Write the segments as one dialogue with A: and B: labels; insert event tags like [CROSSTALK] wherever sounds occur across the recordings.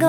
A: 有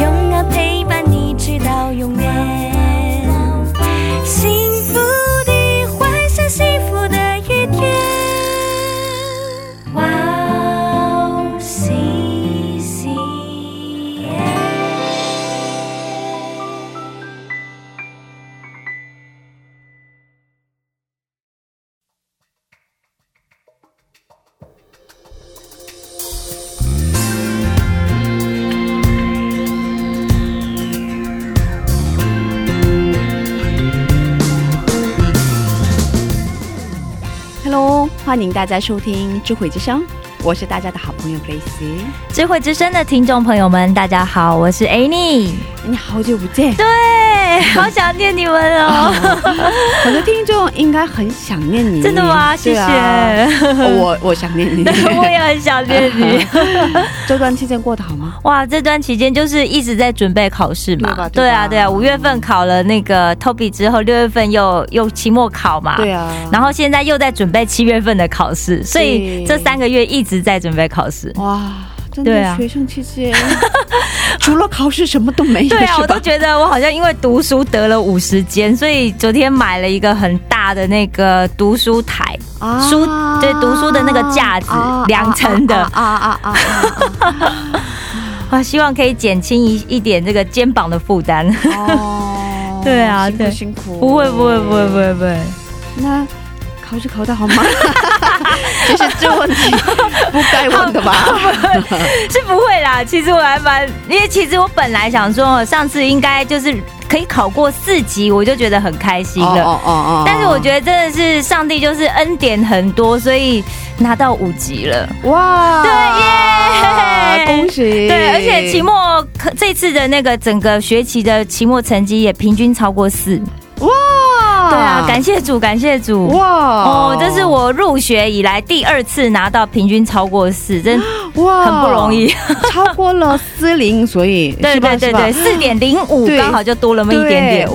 A: 永远陪伴你直到永远。幸福的幻想，幸福的一天。哇哦，西西耶！
B: Hello，欢迎大家收听智慧之声，我是大家的好朋友 Grace。
C: 智慧之声的听众朋友们，大家好，我是 Annie。
B: 你好久不
C: [LAUGHS]
B: 见， [LAUGHS]
C: 对，好想念你们哦，
B: 我的听众应该很想念你，
C: 真的吗？谢
B: 对
C: 谢，啊
B: 啊我我想念
C: [LAUGHS]
B: 你。
C: 我也很想念
B: [LAUGHS]
C: 你。
B: 这段期间过得好吗？
C: 哇，这段期间就是一直在准备考试
B: 对吧
C: 嘛，
B: 对吧
C: 对啊，对啊，五月份考了那个 Toby 之后，六月份又又期末考嘛，
B: 对啊，
C: 然后现在又在准备七月份的考试，所以
B: 对
C: 这三个月一直在准备考试。
B: 哇，真
C: 对
B: 的
C: 啊
B: 学生期
C: [LAUGHS]
B: 间除了考试什么都没有，
C: 对
B: [LAUGHS]
C: 啊，
B: 是
C: 我都
B: 吧？
C: 觉得我好像因为读书得了五十间，所以昨天买了一个很大的那个读书台，
B: 啊
C: 书对读书的那个架子
B: 啊
C: 两层的
B: 啊啊啊啊啊！啊
C: 啊，希望可以减轻一一点这个肩膀的负担。 [LAUGHS]
B: 哦
C: 对啊
B: 辛苦
C: 对
B: 辛苦，
C: 不会，不会，不会，不会，不会。
B: 那考试考得好吗？其实这问题 [LAUGHS] 不该问的吧？
C: [LAUGHS] 是不会啦。其实我还蛮，因为其实我本来想说，上次应该就是可以考过四级，我就觉得很开心了。
B: 哦哦
C: 但是我觉得真的是上帝就是恩典很多，所以拿到五级了。
B: 得哇，
C: 对耶
B: 恭喜！
C: 对，而且期末可这次的那个整个学期的期末成绩也平均超过四。
B: 哇，
C: 对啊，感谢主，感谢主。
B: 哇
C: 哦，这是我入学以来第二次拿到平均超过四，真
B: 哇
C: 很不容，易。
B: 超过了四零，所以
C: [LAUGHS] 对
B: 哦是吧
C: 对对对，
B: 是吧
C: 四点零五
B: 对
C: 刚好就多了那么
B: 对
C: 一点点。哦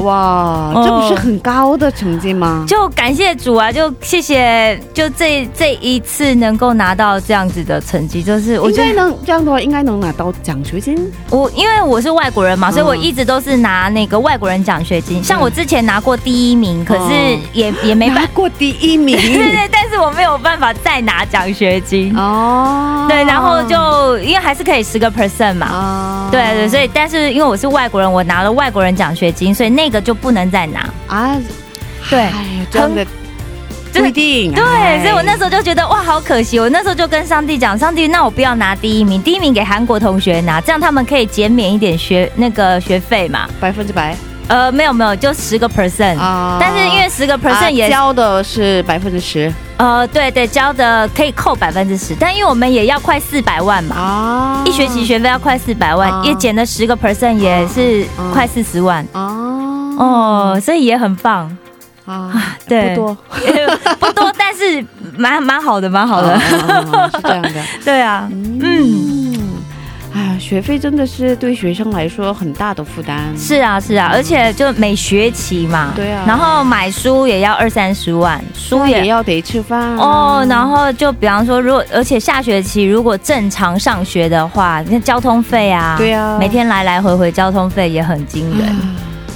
B: 哇，这不是很高的成绩吗？
C: 就感谢主啊！就谢谢，就这这一次能够拿到这样子的成绩，就是我
B: 应
C: 觉
B: 该
C: 得
B: 能这样的话，应该能拿到奖学金。
C: 我因为我是外国人嘛，所以
B: 嗯
C: 我一直都是拿那个外国人奖学金。像我之前拿过第一名，可是
B: 嗯
C: 也也没
B: [LAUGHS]
C: 办
B: 拿过第一名
C: [LAUGHS] 对对对，但是我没有办法再拿奖学金。
B: 哦，
C: 对，然后就因为还是可以十个 percent 嘛。
B: 啊，
C: 对对，所以但是因为我是外国人，我拿了外国人奖学金，所以那个就不能再拿。
B: 啊，
C: 对
B: 哎，这样的不一定。
C: 对，
B: 哎
C: 所以我那时候就觉得哇，好可惜。哦我那时候就跟上帝讲，上帝，那我不要拿第一名，第一名给韩国同学拿，这样他们可以减免一点学那个学费嘛。
B: 百分之百
C: 呃，没有没有，就十个 percent。
B: 啊
C: 嗯但是因为十个 percent 也、
B: 啊交的是百分之十
C: 呃对对交的可以扣百分之十，但因为我们也要快四百万嘛，
B: 啊
C: 一学期学费要快四百万，
B: 啊
C: 也减了十个 percent 也是
B: 啊
C: 快四十万、
B: 啊
C: 哦，所以也很棒，
B: 啊，
C: 对
B: 不多，
C: [LAUGHS] 不多但是蛮蛮好的，蛮好的，
B: 啊啊啊是这样的，
C: 对啊， [LAUGHS] 嗯
B: 嗯。哎，学费真的是对学生来说很大的负担。
C: 是啊，是啊，而且就每学期嘛，
B: 对啊
C: 然后买书也要二三十万，书
B: 那也
C: 也。
B: 要得吃饭
C: 哦，然后就比方说，如果而且下学期如果正常上学的话，那交通费啊，
B: 对啊
C: 每天来来回回交通费也很惊人，
B: 啊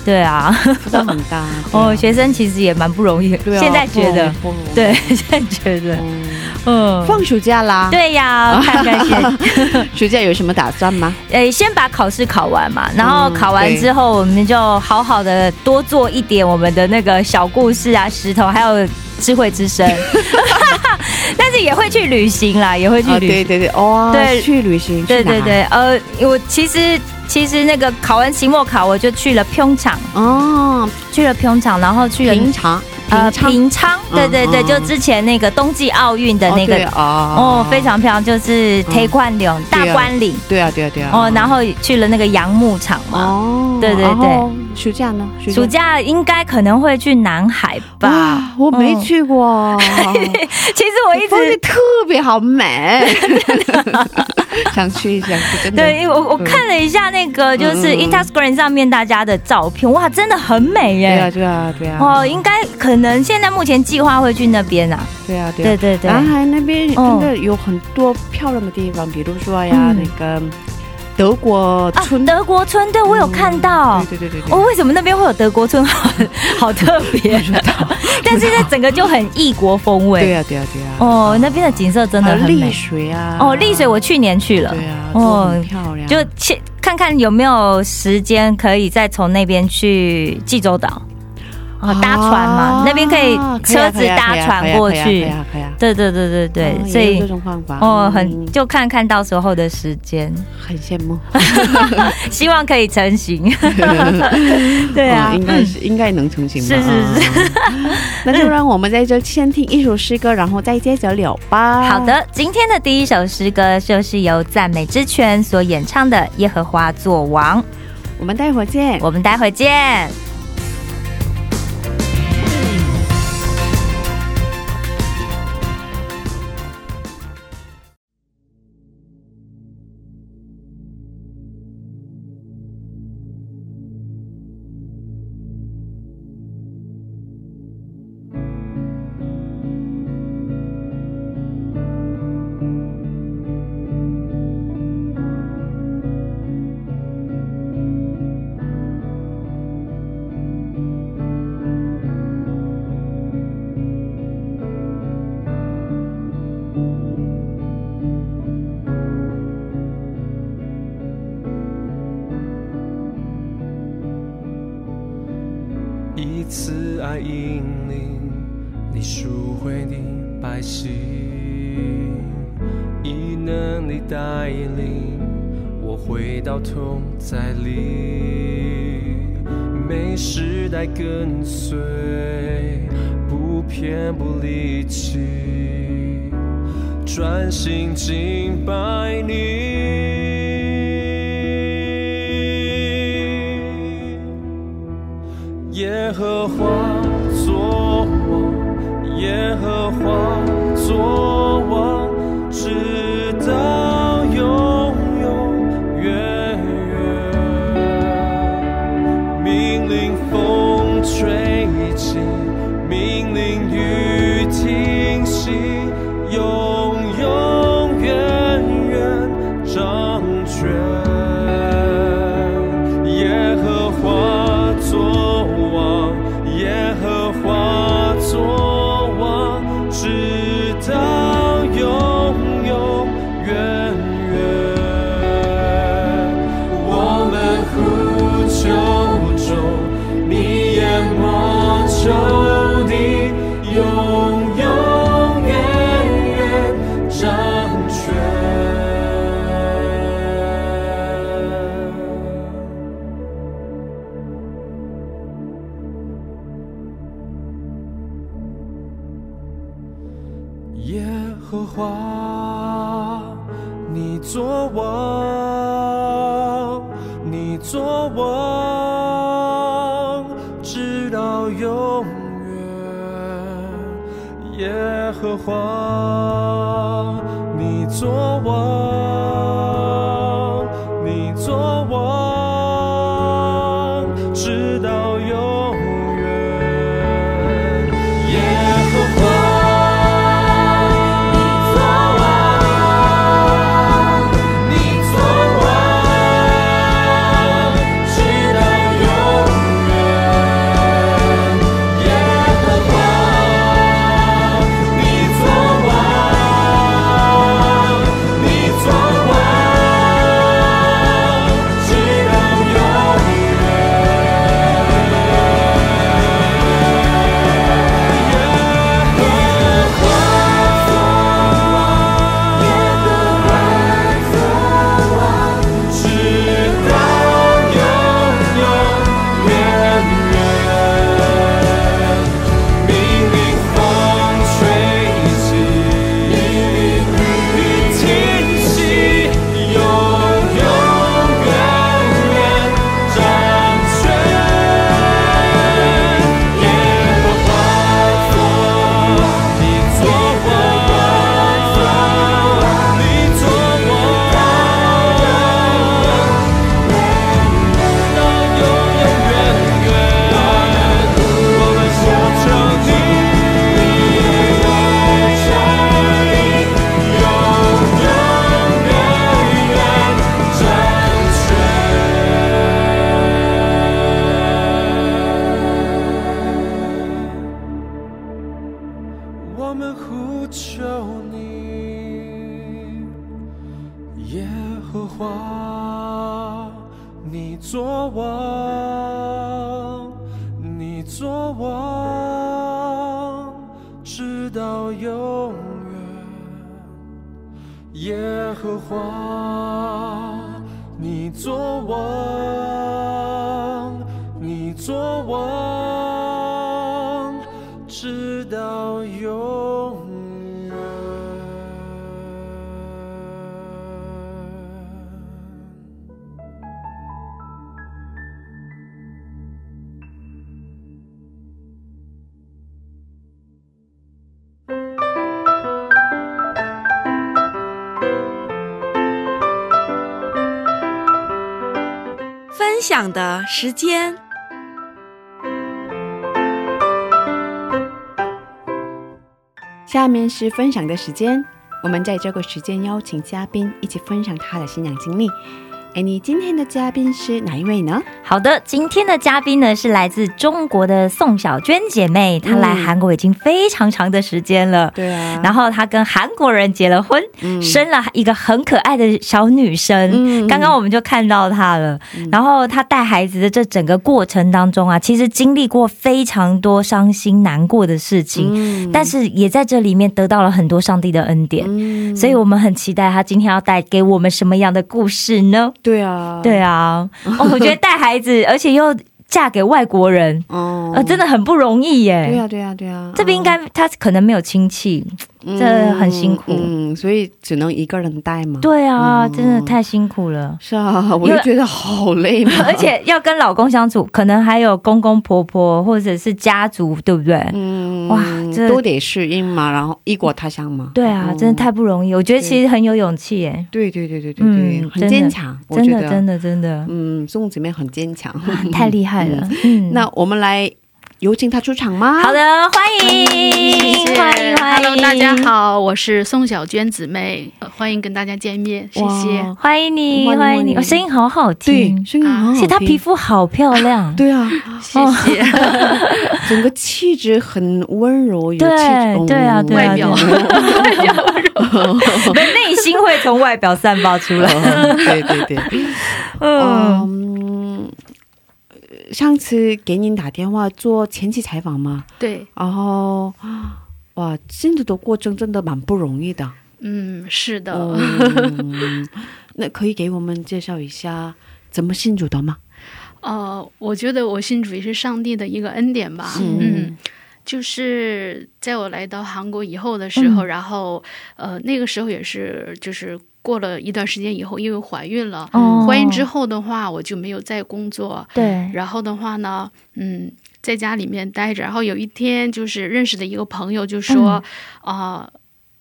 C: 对啊，
B: 负担很大。
C: [LAUGHS] 哦，
B: 对啊
C: 学生其实也蛮不容易，
B: 对啊
C: 现在觉得，
B: 不容易，
C: 对， [LAUGHS] 现在觉得
B: 不，容易嗯
C: 嗯，
B: 放暑假啦，
C: 对呀，看看 [LAUGHS] 先，
B: 暑假有什么打算吗？
C: 诶，呃先把考试考完嘛，然后
B: 嗯
C: 考完之后，我们就好好的多做一点我们的那个小故事啊，石头还有智慧之声， [LAUGHS] 但是也会去旅行啦，也会去
B: 啊，
C: 旅
B: 对
C: 行。
B: 对对，哦，
C: 对
B: 去旅行，
C: 对
B: 去哪
C: 对，对，呃，我其实其实那个考完期末考，我就去了平昌，
B: 哦，
C: 去了平昌，然后去了
B: 平常
C: 呃
B: 平常
C: 平昌，对对对，
B: 嗯嗯
C: 就之前那个冬季奥运的那
B: 哦对
C: 个
B: 哦
C: 哦，非常漂亮，就是
B: 嗯
C: 铁冠岭、大
B: 对啊
C: 关岭
B: 对啊对啊对啊
C: 哦，然后去了那个杨牧场嘛。
B: 哦，
C: 对对
B: 然后暑假呢？
C: 暑假应该可能会去南海吧
B: 哇，。我没去过，
C: [LAUGHS] 其实我一
B: 风景
C: 直
B: [LAUGHS] 特别好美，想去一下，真的。
C: 对，因为我我看了一下那个就是
B: 嗯嗯嗯嗯
C: Instagram 上面大家的照片，哇，真的很美
B: 对啊，
C: 耶！
B: 对啊，对啊，
C: 哦，应该可能现在目前计划会去那边啊。
B: 对啊，对啊
C: 对。对对，
B: 南韩那边真
C: 哦
B: 的有很多漂亮的地方，比如说呀，
C: 嗯
B: 那个德国
C: 啊
B: 村，，
C: 德国村，对我有看到。
B: 嗯对对对对
C: 哦，
B: 对，
C: 为什么那边会有德国村？好 [LAUGHS] 好特别，啊 [LAUGHS] 但是这整个就很异国风
B: 对
C: 味。
B: 呀对呀对呀。
C: 哦，那边的景色真的
B: 啊
C: 很
B: 丽
C: 美。
B: 水啊，
C: 哦，丽水我去年去了，
B: 对啊，都
C: 哦
B: 很漂亮，
C: 就去看看有没有时间可以再从那边去济州岛，哦，搭船嘛，
B: 啊
C: 那边可以车子搭船过
B: 可以
C: 去。
B: 啊可以啊
C: 对对对对
B: 可以啊可以啊可以啊可以啊哦也有
C: 对，所
B: 这
C: 以
B: 种方法
C: 哦，
B: 嗯
C: 很就看看到时候的时间，
B: 很羡慕，
C: 希望可以
B: [LAUGHS]
C: 成型。 [LAUGHS] 对啊
B: 哦，应该
C: [LAUGHS]
B: 是应该能成型吧，
C: 是是
B: 是， [LAUGHS] 那就让我们在这先听一首诗歌，然后再接着聊吧。
C: 好。的，今天的第一首诗歌就是由赞美之泉所演唱的《耶和华作王》，
B: 我们待会儿见。
C: 我们待会见。
D: 以慈爱引领你赎回的百姓，以能力带领我回到同在里，每时代跟随，不偏不离弃，专心敬拜你。耶和华作王，耶和华作王，直到永永远远。命令风吹起，命令雨停息，永永远远掌权。耶和华作王，耶和华作王，直到永永远远。我们呼求中，你淹没仇敌，永永远远掌权。耶和华，你作王，你作王，直到永远。耶和华，你作王，你作王，直到永远。耶和华。你作王，你作王，直到永远。耶和华，你作王，你作王。
E: 我们呼求你，耶和华，你作王，你作王，直到永远。耶和华，你作王，你作王，直到永远。
D: 分享的时间。
B: 下面是分享的时间，我们在这个时间邀请嘉宾一起分享他的信仰经历。哎，你今天的嘉宾是哪一位呢？
C: 好的，今天的嘉宾呢是来自中国的宋小娟姐妹，她来
B: 嗯
C: 韩国已经非常长的时间了。
B: 对啊
C: 然后她跟韩国人结了婚，
B: 嗯
C: 生了一个很可爱的小女生。
B: 嗯
C: 刚刚我们就看到她了。然后她带孩子的这整个过程当中啊，其实经历过非常多伤心难过的事情，
B: 嗯
C: 但是也在这里面得到了很多上帝的恩典。
B: 嗯
C: 所以我们很期待她今天要带给我们什么样的故事呢？
B: 对啊，
C: 对啊，哦，我觉得带孩子，而且又嫁给外国人，
B: 哦，
C: 呃，真的很不容易耶。
B: 对啊，对啊，对啊，
C: 这边应该他可能没有亲戚，
B: 嗯
C: 这很辛苦
B: 嗯，所以只能一个人带嘛。，
C: 对啊，
B: 嗯。
C: 真的太辛苦了 [LAUGHS]
B: 是啊，我就觉得好累 [LAUGHS] 嘛，
C: 而且要跟老公相处，可能还有公公婆婆或者是家族，对不对？
B: 嗯，
C: 哇这
B: 都得适应嘛，然后异国他乡嘛。
C: 对啊，
B: 嗯
C: 真的太不容易。我觉得
B: 对
C: 其实很有勇气耶，
B: 对对对对对对，
C: 嗯真
B: 很
C: 的
B: 坚强，我
C: 真
B: 觉
C: 的，嗯真
B: 得，啊
C: 的，真的，
B: 嗯，宋姊妹很坚强。
C: 太厉害了。
B: [LAUGHS]
C: 嗯，
B: 那我们来有请她出场吗？
C: 好，的，欢
B: 嗯
C: 迎，欢迎，欢迎
F: Hello，大家，好，我是宋小娟姊妹，呃欢迎跟大家见面，谢谢。
B: 哇。
C: 欢迎你，
B: 欢迎
C: 欢迎
B: 欢
C: 你，
B: 迎
C: 哦声音好好
B: 嗯对
C: 听，，
B: 声音很好
C: 而
B: 听，
C: 且她皮肤好漂亮。
B: [LAUGHS] 对啊，
F: 谢谢，
B: 整个气质很温柔，有气质
C: 对，对啊，
B: 嗯
C: [LAUGHS] 对啊，
F: 外表
C: 对啊内心会从外表散发出来。 [LAUGHS]
B: 哦对对对，
C: 嗯，
B: 嗯，上次给您打电话做前期采访嘛，
F: [LAUGHS] 对，
B: 然后哇，真的都过程真的蛮不容易的。
F: 嗯，是的，
C: 哦
B: 嗯，那可以给我们介绍一下怎么信主的吗？
F: 呃，我觉得我信主也是上帝的一个恩典吧，嗯。就是在我来到韩国以后的时
C: 嗯
F: 候，然后呃，那个时候也是就是过了一段时间以后，因为怀孕了，
C: 哦
F: 怀孕之后的话，我就没有再工作，
C: 对，
F: 然后的话呢，嗯，在家里面待着。然后有一天，就是认识的一个朋友就说，
C: 嗯
F: 啊、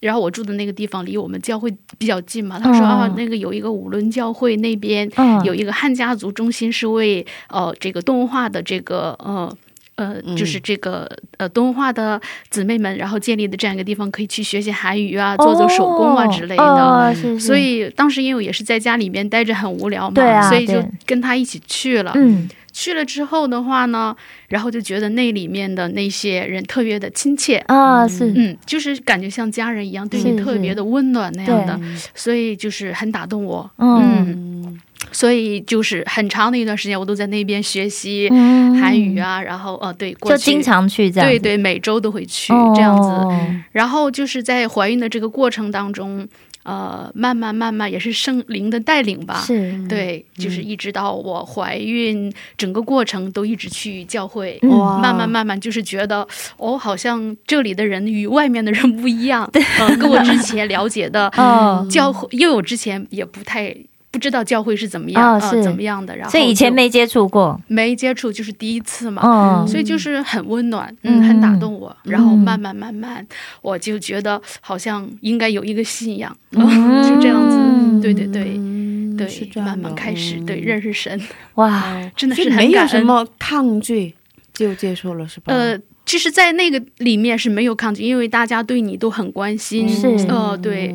F: 然后我住的那个地方离我们教会比较近嘛，他说、
C: 嗯
F: 啊，那个有一个五伦教会那边
C: 嗯
F: 有一个汉家族中心，是为呃这个动画的这个呃。呃，
C: 嗯
F: 就是这个呃，动画的姊妹们，然后建立的这样一个地方，可以去学习韩语啊，做做手工啊之类的。
C: 哦是是
F: 所以当时因为我也是在家里面待着很无聊嘛，
C: 对啊
F: 所以就
C: 对
F: 跟他一起去了。
C: 嗯
F: 去了之后的话呢，然后就觉得那里面的那些人特别的亲切，
C: 啊是
F: 嗯，就是感觉像家人一样，对
C: 是
F: 你特别的温暖那样的，
B: 对
F: 所以就是很打动我，
C: 嗯
B: 嗯，
F: 所以就是很长的一段时间我都在那边学习
C: 嗯
F: 韩语啊，然后呃对，过
C: 就
F: 去
C: 经常去这样，
F: 对对，每周都会去、
C: 哦，
F: 这样子，嗯然后就是在怀孕的这个过程当中，呃，慢慢慢慢也是圣灵的带领吧，
C: 是嗯
F: 对，就是一直到我怀孕整个过程都一直去教会，
C: 嗯
B: 哇，
F: 慢慢慢慢就是觉得哦，好像这里的人与外面的人不一样，嗯、跟我之前了解
B: [LAUGHS]
F: 的
C: 哦。
B: 嗯
F: 教会，因为我之前也不太不知道教会是怎么样
C: 哦
F: 啊、
C: 是
F: 呃，怎么样的，然后
C: 所以以前
F: 就
C: 没接触过，
F: 没接触，就是第一次
B: 哦
F: 嘛。
C: 嗯，
F: 所以就是很温暖，嗯，很打动我。然后慢慢慢慢，我就觉得好像应该有一个信仰，
C: 嗯
F: 就这样子。对对对
B: 嗯是
F: 对，
B: 这样的
F: 慢慢开始
B: 嗯
F: 对认识神，
C: 哇，
F: 真的
B: 所以
F: 是
B: 没
F: 很
B: 有
F: 感
B: 什
F: 恩。
B: 么抗拒就接受了是吧？
C: 嗯
F: 呃，其实，在那个里面是没有抗拒，因为大家对你都很关心。
C: 是嗯
F: 呃，对。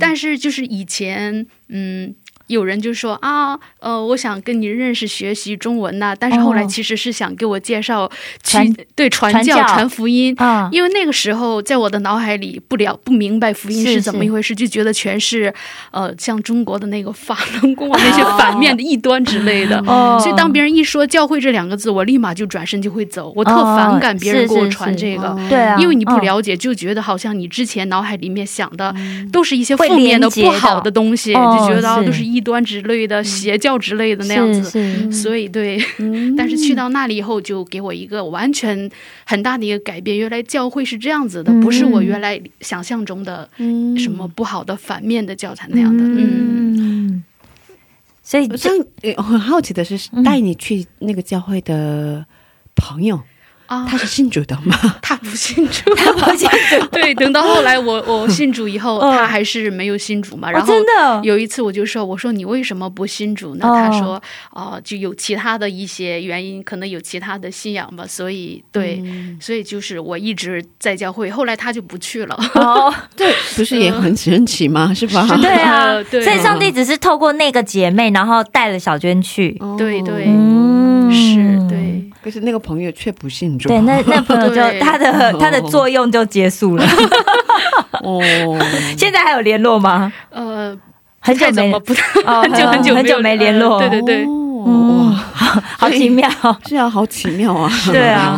F: 但是就是以前，嗯，有人就说啊，呃，我想跟你认识学习中文呐、但是后来其实是想给我介绍去、
C: 哦传
F: 对传
C: 传
F: 教
C: 教
F: 传福音。
C: 啊，
F: 因为那个时候，在我的脑海里不了不明白福音
C: 是
F: 是怎么
C: 是
F: 一回事，就觉得全是，呃，像中国的那个法轮功啊那些反面的异端之类的。
C: 哦
F: 所以当别人一说教会这两个字，我立马就转身就会走，我特
C: 哦
F: 反感别人给我传这个。
B: 哦
C: 对啊，
F: 因为你不
C: 嗯
F: 了解，就觉得好像你之前脑海里面想的都是一些负面
C: 会
F: 的、
C: 连接的
F: 不好的东西，
C: 哦
F: 就觉得啊
C: 是嗯
F: 都是异端之类的、邪教之类的那样
C: 是
F: 子。
C: 是嗯
F: 所以对，
B: 嗯
F: 但是去到那里以后，就给我一个完全很大的一个改变。原来教会是这样子的，
C: 嗯
F: 不是我原来想象中的
B: 嗯
F: 什么不好的、反面的教材那样的。嗯
C: 嗯，所以
B: 我
C: 这
B: 像呃我很好奇的是，带你去那个教会的朋友，
F: 啊，
B: 他是信主的吗？
F: [LAUGHS] 他不信主，他不信主。 [LAUGHS] 对，等到后来我
C: [LAUGHS]
F: 我信主以后，
C: 嗯
F: 他还是没有信主嘛。然
C: 哦，
F: 后
C: 真的
F: 有一次我就说，我说你为什么不信主呢？
C: 哦
F: 他说，啊、就有其他的一些原因，可能有其他的信仰吧。所以对，
C: 嗯
F: 所以就是我一直在教会，后来他就不去了。
C: 哦，
B: 对，不是也很神奇吗？是吧？ [LAUGHS]
C: 对啊，
F: 呃 [LAUGHS] 对
C: 所以上帝只是透过那个姐妹，然后带了小娟去。
B: 哦
F: 对对，
C: 嗯
F: [LAUGHS] 是，对。
B: 可是那个朋友却不信主，
C: 对，
B: [LAUGHS]
C: 那那朋友就
F: 对
C: 他的他的作用就结束了。
B: 哦，
C: 现在还有联络吗？
F: 呃，
C: 很久
F: 太怎
C: 没
F: 么不太
C: [LAUGHS] 哦
F: [LAUGHS] 很久很久
C: 很久没
F: 没有
C: 联络
F: [LAUGHS] 呃对对对，
C: 嗯
B: 哦哇，
C: 好奇
F: [LAUGHS]
C: 妙，
B: 是啊，好奇妙啊，
C: 对啊，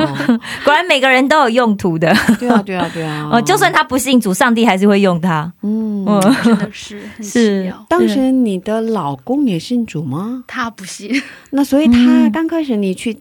C: 果然每个人都有用途的。
B: [LAUGHS] 对啊，对啊，对啊，
C: 哦，就算他不信主，上帝还是会用他。
B: 嗯，
C: 嗯，
F: 真的是很
C: 是
F: 奇妙。
B: 当时你的老公也信主吗？
F: 他不信， [LAUGHS]
B: 那所以他
C: 嗯
B: 刚开始你去、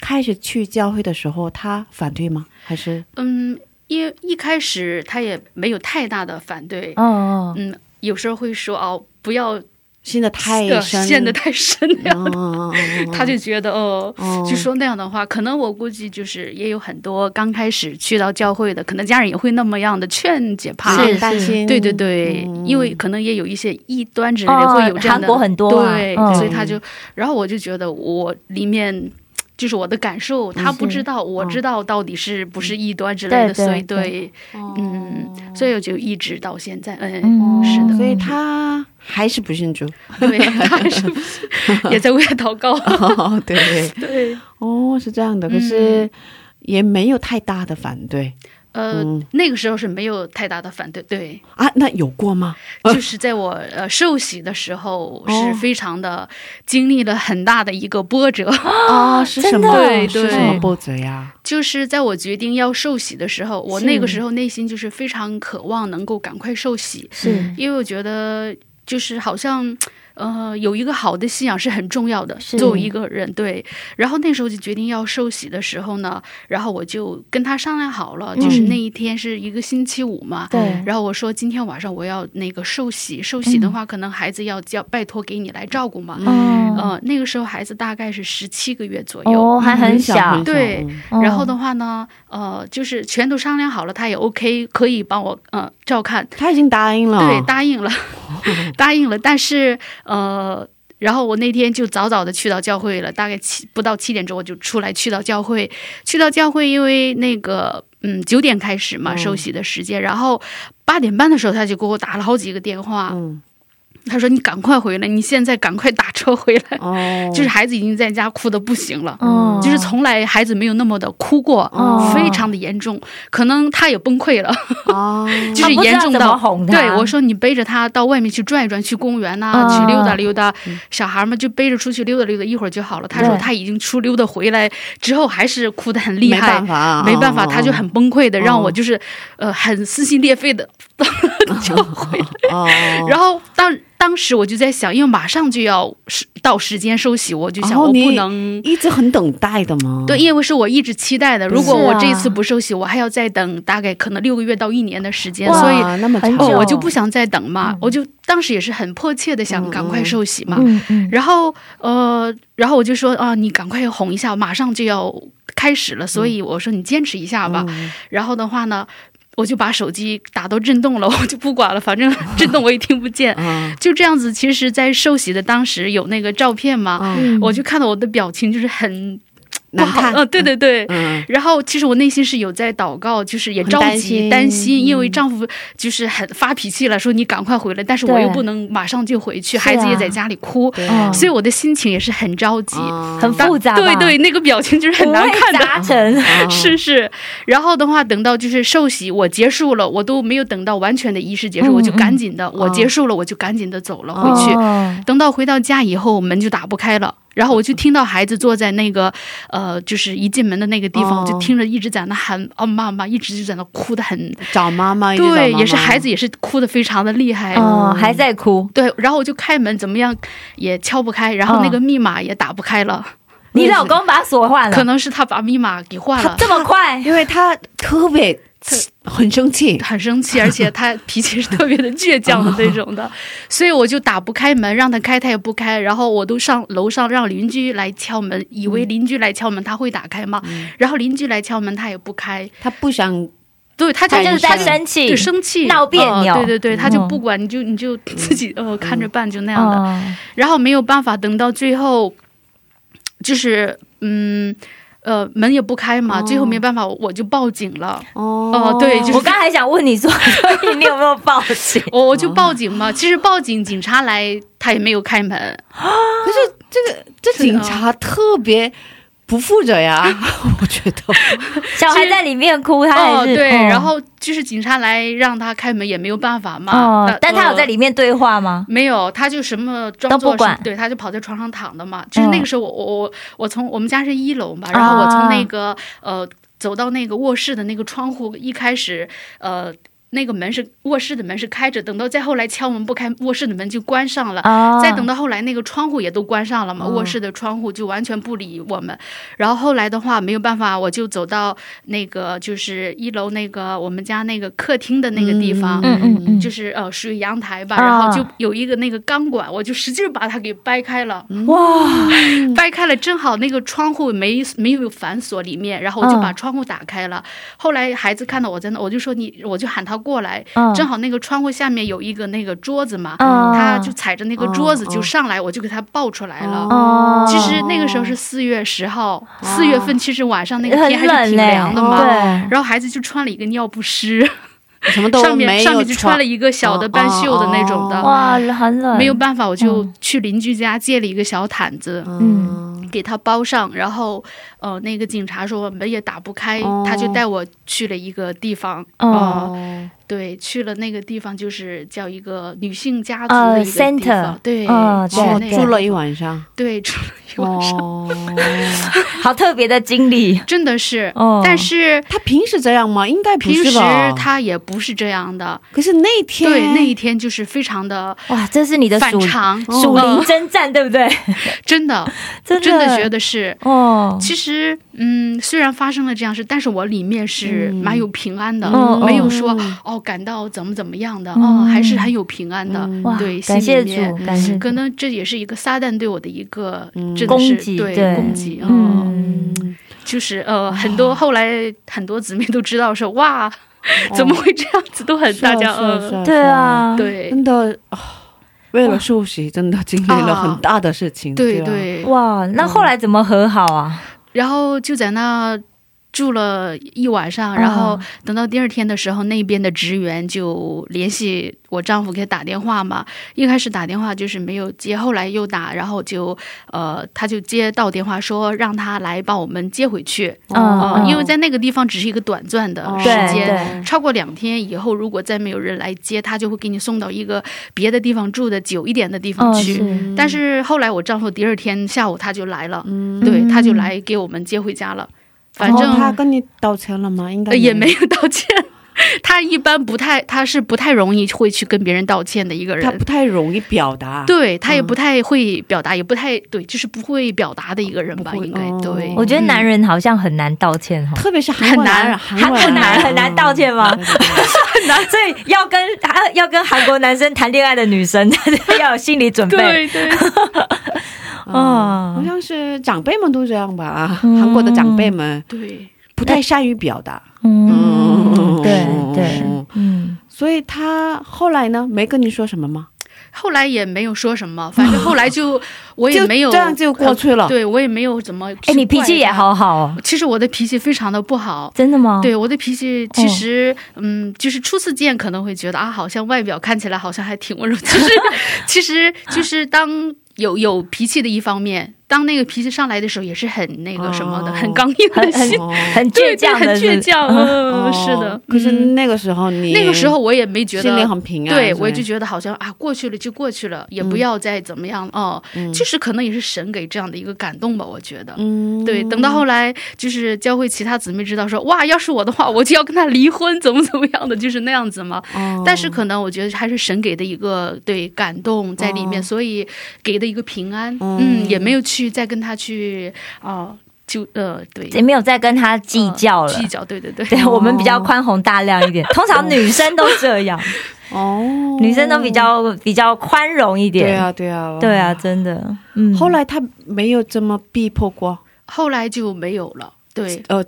B: 开始去教会的时候，他反对吗？还是
F: 嗯，因为一开始他也没有太大的反对，
C: 哦，
F: 嗯，有时候会说哦，不要
B: 信的太
F: 呃
B: 深？
F: 陷得太深了，
B: 嗯，
F: [LAUGHS] 他就觉得哦。
B: 哦
F: 就说那样的话，可能我估计就是也有很多刚开始去到教会的，可能家人也会那么样的劝解怕。
C: 是
B: 担心，
F: 啊对对对、
B: 嗯
F: 因为可能也有一些异端之类的，
C: 哦
F: 会有这样
C: 韩
F: 的。
C: 国很多啊
F: 对、
C: 嗯
F: 所以他就，然后我就觉得我里面就是我的感受，他不知道，我知道到底是不是异端之类
C: 对
F: 的，
C: 对
F: 所以
C: 对
F: 对，
B: 哦
F: 嗯，所以我就一直到现在，嗯，
C: 嗯
F: 是的，
B: 所以他还是不信主。
F: 对，还是 [LAUGHS] 不是也在为他祷告。
B: 哦，对对，
F: [LAUGHS] 对，嗯
B: 哦，是这样的，可是也没有太大的反对、
F: 呃、
B: 嗯
F: 那个时候是没有太大的反对，对，
B: 啊。那有过吗？
F: 就是在我呃受洗的时
C: 哦
F: 候，是非常的经历了很大的一个波折。 [LAUGHS]
B: 啊，是什么？
F: 对
B: 是
F: 哎对
B: 什么波折呀？
F: 就是在我决定要受洗的时候，我
C: 是
F: 那个时候内心就是非常渴望能够赶快受洗，
C: 是
F: 因为我觉得就是好像。呃，有一个好的信仰是很重要的，
C: 是
F: 作为一个人对。然后那时候就决定要受洗的时候呢，然后我就跟他商量好了，就是
C: 嗯
F: 那一天是一个星期五嘛，
C: 对，
F: 然后我说今天晚上我要那个受洗，受洗
C: 嗯
F: 的话、可能孩子要叫拜托给你来照顾嘛。
C: 哦
F: 呃，那个时候孩子大概是十七个月左右。
C: 哦，还很小
B: 很，
F: 对
B: 嗯
C: 哦
F: 然后的话呢，呃，就是全都商量好了，他也 OK，可以帮我呃照看，
B: 他已经答应了，
C: 啊
B: 嗯
F: 对，答
C: [LAUGHS]
F: 应了，答应了。但是呃，然后我那天就早早的去到教会了，大概七不到七点钟我就出来去到教会，去到教会，因为那个嗯九点开始嘛
B: 嗯
F: 受洗的时间，然后八点半的时候他就给我打了好几个电话，
B: 嗯，
F: 他说你赶快回来，你现在赶快打车回来，
B: 哦，
F: 就是孩子已经在家哭的不行了。
C: 哦
F: 就是从来孩子没有那么的哭过，
B: 哦
F: 非常的严重，可能他也崩溃了，
B: 啊，
F: 就是
C: 他不知
F: 严
C: 道
F: 重
C: 怎么
F: 到
C: 哄他
F: 对我说：“你背着他到外面去转一转，去公园呐、
C: 嗯
B: 啊
F: 去溜达溜达。
B: 嗯
F: 小孩们就背着出去溜达溜达，一会儿就好了。”他说
C: 对
F: 他已经出溜达回来之后，还是哭得很 [LAUGHS] 厉
B: 没
F: 害
B: 办。法，
F: 没办法，
B: 哦
F: 他就很崩溃的，
B: 哦
F: 让我就是，呃，很撕心裂肺的就回来。
B: 哦，
F: 然后当当时我就在想，因为马上就要时到时间收洗，我就想
B: 哦
F: 我不
B: 你
F: 能
B: 一直很等待的嘛，
F: 对，，因为是我一直期待的。如果我这一
C: 是
F: 次
C: 啊
F: 不受洗，我还要再等大概可能六个月到一年的时间，
C: 哇
F: 所以
B: 那么
C: 很
B: 长
C: 久
F: 哦，我就不想再等嘛，我就当时也是很迫切的想赶快受洗嘛。
C: 嗯嗯，
F: 然后呃，然后我就说啊，你赶快哄一下，马上就要开始了，所以我说你坚持一下吧。然后的话呢，我就把手机打到震动了， [LAUGHS] 我就不管了，反正震动我也听不见。
B: 嗯
F: 就这样子，其实，在受洗的当时有那个照片嘛，
B: 嗯
C: 嗯
F: 我就看到我的表情就是很不
B: 难
F: 好，
B: 看，
F: 嗯，对对对。
B: 嗯，
F: 然后，其实我内心是有在祷告，就是也
B: 很
F: 着
B: 担
F: 急
B: 心
F: 担心，
C: 嗯
F: 因为丈夫就是很发脾气了，说你赶快回来，但是我
C: 对
F: 又不能马上就回
C: 是
F: 去，
C: 啊
F: 孩子也在家里哭，
B: 对
C: 哦
F: 所以我的心情也是很着急，
B: 哦
C: 很复杂吧，
F: 对对，那个表情就是很难看的
C: 五味，杂
F: [LAUGHS]
C: 陈。
B: 哦
F: 是是，然后的话，等到就是受洗，我结束了，我都没有等到完全的仪式结束，
C: 嗯
F: 我就赶紧的，我
B: 哦
F: 结束了，我就赶紧的走了回去。
C: 哦
F: 等到回到家以后，门就打不开了。然后我就听到孩子坐在那个，呃，就是一进门的那个地方，我就
B: 哦
F: 听着一直在那喊“哦妈妈”，一直就在那哭的很，
B: 找妈妈，一直找
F: 对，
B: 哎妈
F: 也是
B: 妈
F: 孩子也是哭的非常的厉害。嗯
C: 哦，还在哭，
F: 对，然后我就开门，怎么样也敲不开，然后那
C: 哦
F: 个密码也打不开了，
C: 你老公把锁换了，
F: 嗯可能是他把密码给换了。
C: 这么快，
B: 因为他特
F: [LAUGHS]
B: 别很生气，
F: 很生气，
C: [LAUGHS]
F: 而且他脾气是特别的倔强的那种
C: 哦
F: 的， [LAUGHS] 所以我就打不开门，让他开他也不开，然后我都上楼上让邻居来敲门，以
C: 嗯
F: 为邻居来敲门他会打开嘛，然后邻居来敲门他也不开，
B: 他不想
F: 对他就
C: 他就是在
B: 是
C: 生气
F: 对，生气
C: 闹别扭
F: 呃对对对，他就
C: 嗯
F: 不管你就你就自己呃看着办就那样的，
C: 哦
F: 然后没有办法，等到最后，就是嗯。呃，门也不开嘛，最后没办法，我就报警了。
B: 哦
F: 哦对就是
C: 哦我刚才想问你 [LAUGHS] 说，所以你有没有报警？
F: 我我就报警嘛。其实报警，警察来他也没有
C: [LAUGHS]
F: 开门，
B: 可是这个这警察
F: 嗯
B: 特别不负责呀， [LAUGHS] 我觉得
C: 小孩在里面哭，他还
F: 哦，
C: 是
F: 对，
C: 哦
F: 然后就是警察来让他开门也没有办法嘛。
C: 哦
F: 那，
C: 但他有在。
F: 呃
C: 里面对话吗？
F: 没有，他就什么装
C: 都
F: 作
C: 不管嗯
F: 是对，他就跑在床上躺的嘛。就是那个时候我，我我我从我们家是一楼嘛，
C: 啊
F: 然后我从那个、呃走到那个卧室的那个窗户，一开始呃那个门是卧室的门是开着，等到再后来敲门不开，卧室的门就关上了。
C: 哦，
F: 再等到后来，那个窗户也都关上了嘛，
B: 哦
F: 卧室的窗户就完全不理我们。然后后来的话，没有办法，我就走到那个就是一楼那个我们家那个客厅的那个地方，
C: 嗯嗯嗯，
F: 就是呃属于阳台吧，
C: 啊
F: 然后就有一个那个钢管，我就使劲把它给掰开了，
C: 哇，
F: [LAUGHS] 掰开了，正好那个窗户没没有反锁里面，然后我就
C: 嗯
F: 把窗户打开了。后来孩子看到我在那，我就说你，我就喊他过来，
C: 嗯
F: 正好那个窗户下面有一个那个桌子嘛，
C: 嗯
F: 他就踩着那个桌子
B: 嗯
F: 就上来，我就给他抱出来了。
C: 哦
F: 其实那个时候是四月十号，
B: 嗯
F: 四月份其实晚上那个
C: 很
F: 天还是
C: 冷
F: 挺
C: 嘞，
F: 凉的嘛。
C: 对，
F: 然后孩子就穿了一个尿不湿，
B: 什 [LAUGHS] 么都
F: 上面
B: 没
F: 上
B: 有
F: 面就穿了一个小的半袖的那种的，
B: 哦
C: 哇，很冷，
F: 没有办法，我就去邻居家借了一个小毯子，
B: 嗯
F: 给他包上。然后，呃，那个警察说门也打不开，
B: 哦
F: 他就带我去了一个地方，
C: 哦
F: 呃
B: 哦
F: 对，去了那个地方就是叫一个女性家族
C: 呃
F: 的一个地方，
C: ，center
F: 对，
C: 哦
F: 去
C: 对
B: 哦
F: 那
B: 住
F: 个
B: 了一晚上
F: 对住了一晚上，
B: 哦，
C: 好特别的经历
F: 真的是，
C: 哦
F: 但是
B: [LAUGHS] 他平时这样吗？应该不
F: 平
B: 是
F: 时
B: 吧？
F: 他也不是这样的，
B: 可是那天
F: 对，那一天就是非常的
C: 哇，这是你的
F: 反
C: 属
F: 常，
C: 属
F: 呃
C: 灵征战，对不 [LAUGHS] 对？
F: 真的
C: 嗯 [LAUGHS] 真
F: 真的觉得是。
C: 哦，
F: 其实，嗯，虽然发生了这样事，但是我里面是
B: 嗯
F: 蛮有平安的，
C: 嗯嗯
F: 没有说、哦感到怎么怎么样的，
C: 嗯
F: 哦还是很有平安的。
B: 嗯
C: 哇
F: 对，，
C: 感
F: 心
C: 谢
F: 里面
C: 主，感谢主
F: 可能这也是一个撒旦对我的一个
B: 嗯
F: 真的是
C: 攻击对
F: 对攻击，嗯，
C: 嗯。
F: 就是呃，很
B: 哦
F: 多后来很多姊妹都知道说哇，怎么会这样子，都很
B: 是啊
F: 大家
B: 哦是啊是啊
C: 对
F: 呃，
B: 是
C: 啊，
F: 对
B: 真的啊，为了休息，真的经历了很大的事情，
F: 对
B: 啊
F: 对，
C: 哇，那后来怎么和好啊？
F: 然后就在那。住了一晚
B: 哦
F: 上，然后等到第二天的时候，那边的职员就联系我丈夫给他打电话嘛。一开始打电话就是没有接，后来又打，然后就呃，他就接到电话说让他来把我们接回去。
B: 哦
C: 嗯
F: 嗯，因为在那个地方只是一个短暂的时
C: 对
F: 间，
C: 对
F: 超过两天以后，如果再没有人来接，他就会给你送到一个别的地方住的久一点的地方
C: 哦
F: 去。
C: 是
F: 但是后来我丈夫第二天下午他就来了，对，他就来给我们接回家了。
B: 嗯
F: 反
B: 然后
F: 正、
B: 哦他跟你道歉了吗？应该
F: 呃也没有道歉， [LAUGHS] 他一般不太，他是不太容易会去跟别人道歉的一个
B: 他
F: 人
B: 不。太容易表达。
F: 对他也
B: 嗯
F: 不太会表达，也不太对，就是不会表达的一个人吧，
B: 不会
F: 应该
B: 哦
F: 对。
C: 我觉得男
F: 嗯
C: 人好像很难道歉哦哈，
B: 特别是韩国
F: 很难
B: 男人，韩国
C: 很难很
F: 哦
C: 难道歉吗
B: 嗯对对对
C: 很难， [LAUGHS] 所以要跟啊要跟韩国男生谈恋爱的女生， [LAUGHS] 要有心理准备。
F: 对对，
C: 嗯
B: 好像是长辈们都这样吧，啊
C: 嗯
B: 韩国的长辈们
F: 对，
B: 不太善于表达，
C: 嗯，
B: 嗯
C: 对对，嗯，
B: 所以他后来呢没跟你说什么吗？
F: 后来也没有说什么，反正后来就我
B: [LAUGHS]
F: 也
B: 就
F: 没有
B: 这样就过去了
F: 呃对我也没有怎么。
C: 哎，你脾气也。好嗯好哦，
F: 其实我的脾气非常的不好，
C: 真的吗？
F: 对我的脾气，其实、嗯，就是初次见可能会觉得啊，好像外表看起来好像还挺温柔，
C: [LAUGHS]
F: 其实其实就是当有有脾气的一方面，当那个脾气上来的时候，也是很那个什么的，
B: 哦
F: 很刚硬的
C: 很
F: 心，
B: 哦
C: 很倔
F: 对对，
C: 强
F: 很
C: 的是不是，
F: 倔强，嗯，是的
B: 哦。可是
F: 嗯
B: 那个时候你
F: 那个时候我也没觉
B: 心里
F: 得。
B: 很平安，
F: 对，
B: 所以
F: 我就觉得好像啊，过去了就过去了，也不要再怎么样、哦。就是可能也是神给这样的一个感动吧，我觉得。
B: 嗯
F: 对，等到后来就是教会其他姊妹知道说，哇，要是我的话，我就要跟他离婚，怎么怎么样的，就是那样子嘛。
B: 哦
F: 但是可能我觉得还是神给的一个对感动在里面，所以给的一个平安，嗯，也没有去再跟他去哦，就呃，对，
C: 也没有再跟他计较了
F: 呃计。较，对对对，
C: 对我们比较宽宏大量一
F: [LAUGHS]
C: 点，通常女生都这样，
F: 嗯
B: 哦，
C: 女生都比较比较宽容一点。
B: 对啊，对啊，
C: 对啊，真的，嗯，
B: 后来他没有这么逼迫过，
F: 后来就没有了，对，
B: 呃，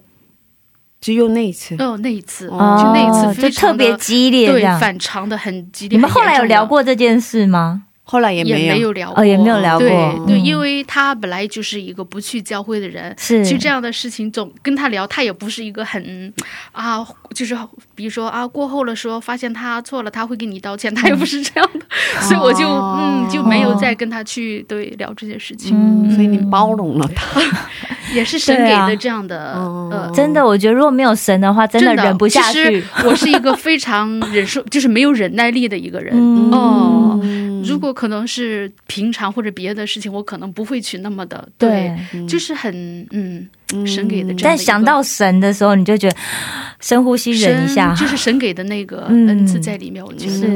B: 只有那一次。
F: 哦，那一次，
B: 哦
C: 哦
F: 就那一次非
C: 就
F: 常
C: 特
F: 地
C: 别激烈这
F: 对
C: 样。
F: 反常的很激烈。
C: 你们
F: 很
C: 后来
F: 严
C: 有
F: 重
C: 聊
F: 的
C: 过这件事吗？
B: 后来也
F: 也
B: 没
F: 没
B: 有，
F: 有聊过，
C: 哦也没有聊过
F: 对对，
C: 嗯
F: 因为他本来就是一个不去教会的人，
C: 是
F: 其实这样的事情总跟他聊，他也不是一个很啊，就是比如说啊，过后了说发现他错了，他会给你道
C: 嗯
F: 歉，他也不是这样的，
C: 哦
F: 所以我就嗯就没有再跟他去对聊这些事情，
C: 嗯
B: 所以你包容了他。
F: 也是神
C: 对
F: 给
C: 啊
F: 的这样的呃。
C: 真的，我觉得如果没有神的啊话，真的忍不下
F: 其
C: 去
F: 实。我是一个非常忍受， [LAUGHS] 就是没有忍耐力的一个人。
C: 嗯
F: 哦，如果可能是平常或者别的事情，我可能不会去那么的
C: 对，
F: 就是很嗯，神给的这样的一个。
C: 但想到神的时候，你就觉得深呼吸，
F: 神
C: 忍一下。
F: 就是神给的那个
C: 嗯
F: 恩赐在里面，我觉得
C: 是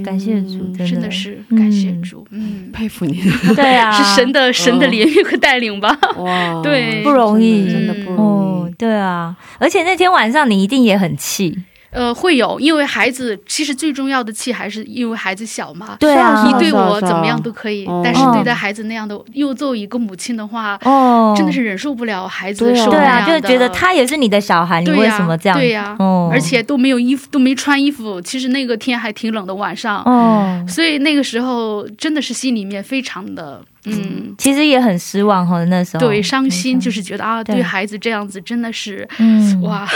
C: [LAUGHS] 感谢主，
F: 真
C: 的
F: 的嗯是感谢主，嗯，
B: 佩服你，
C: [LAUGHS] 对啊，
F: [LAUGHS] 是神的神的怜悯和带领吧。 [LAUGHS]
B: 哇，
F: 对嗯
C: 不容易
B: 真的真的不容
C: 哦
B: 易。，
C: 对啊，而且那天晚上你一定也很气，
F: 呃，会有，因为孩子其实最重要的气还是因为孩子小嘛。
C: 对啊，
F: 你
B: 是啊
F: 对
B: 是啊
F: 我
B: 是啊
F: 怎么样都可以，
B: 哦
F: 但是对待孩子那样的，又作为一个母亲的话，
C: 哦，
F: 真的是忍受不了孩子
B: 对啊
F: 受
C: 对
F: 那
C: 啊，
F: 样
C: 就是
F: 的。
C: 觉得他也是你的小孩，你
F: 对
C: 为
F: 呀
C: 什么这样？
F: 对呀
C: 哦，
F: 而且都没有衣服，都没穿衣服。其实那个天还挺冷的晚上，
C: 哦，
F: 所以那个时候真的是心里面非常的，嗯，
C: 其实也很失望哈，那时候
F: 对，伤心，就是觉得啊，
C: 对
F: 对孩子这样子真的是，
C: 嗯，
F: 哇，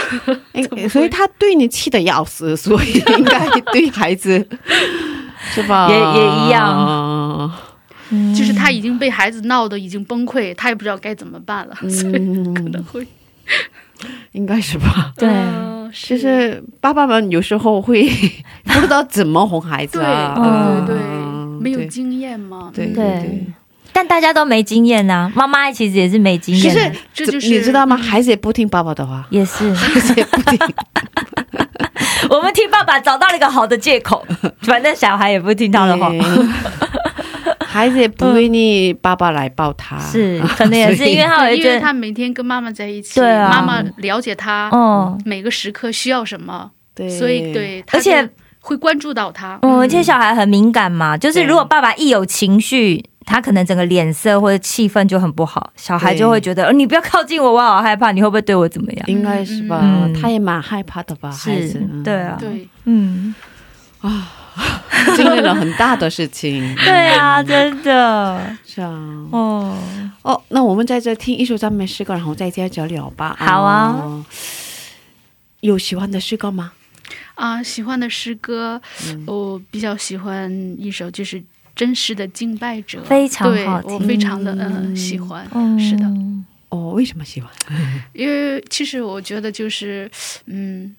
B: 哎，所以他对你气的要死， [LAUGHS] 所以应该对孩
F: [LAUGHS]
B: 子是吧？
C: 也也一
B: 样。
C: 嗯
F: 就是他已经被孩子闹得已经崩溃，他也不知道该怎么办了，所以可能
B: 嗯，
F: 会，
B: 应该是吧。
C: 对
F: 嗯，
B: 就是是爸爸们有时候会 [LAUGHS] 不知道怎么哄孩子
F: 对
B: 啊，
F: 对
C: 嗯
F: 对
B: 嗯
F: 对，没有
B: 对
F: 经验嘛，嗯
B: 对
C: 对
B: 对。
C: 但大家都没经验呐、妈妈其实也是没经
B: 其
C: 验
B: 实
C: 的，，
F: 这就
B: 嗯
F: 是
B: 你知道吗？孩子也不听爸爸的
F: [LAUGHS]
B: 话
C: 也是。
B: 孩子也不听。
C: [LAUGHS] 我们替爸爸找到了一个好的借口，反正小孩也不听他的话。
B: 对孩子也不愿意爸爸来抱他，
C: 嗯是，可
B: [LAUGHS]
C: 能也是因为他
F: 对
C: 会
F: 因
C: 觉
F: 为
C: 得，
F: 他每天跟妈妈在一起，
C: 对啊
F: 妈妈了解他，
C: 哦，
F: 每个时刻需要什么，
B: 对，
F: 所以对，
C: 哎而且
F: 他就会关注到他，
C: 嗯，而且小孩很敏感嘛，就是如果爸爸一有情绪，他可能整个脸色或者气氛就很不好，小孩就会觉得，呃你不要靠近我，我好害怕，你会不会对我怎么样？
B: 应该是吧，
C: 嗯
B: 他也蛮害怕的吧，孩
C: 是
B: 子，嗯，
C: 对啊，
F: 对，
C: 嗯，
B: 经历了很大的事
C: [LAUGHS]
B: 情，
C: 对啊，真
B: [LAUGHS]
C: 的，
B: 是啊，
C: 哦，
B: 哦，那我们在这听一首赞美诗歌，然后再接着聊吧。
C: 好啊
B: 哦有喜欢的诗歌吗？
F: 啊，喜欢的诗歌，
C: 嗯
F: 我比较喜欢一首就是《真实的敬拜者》，
C: 非常
F: 对
C: 好
F: 我
C: 听
F: 非常的嗯喜欢，是的，
C: 嗯
B: 哦，为什么喜欢？
F: 因为其实我觉得就是嗯。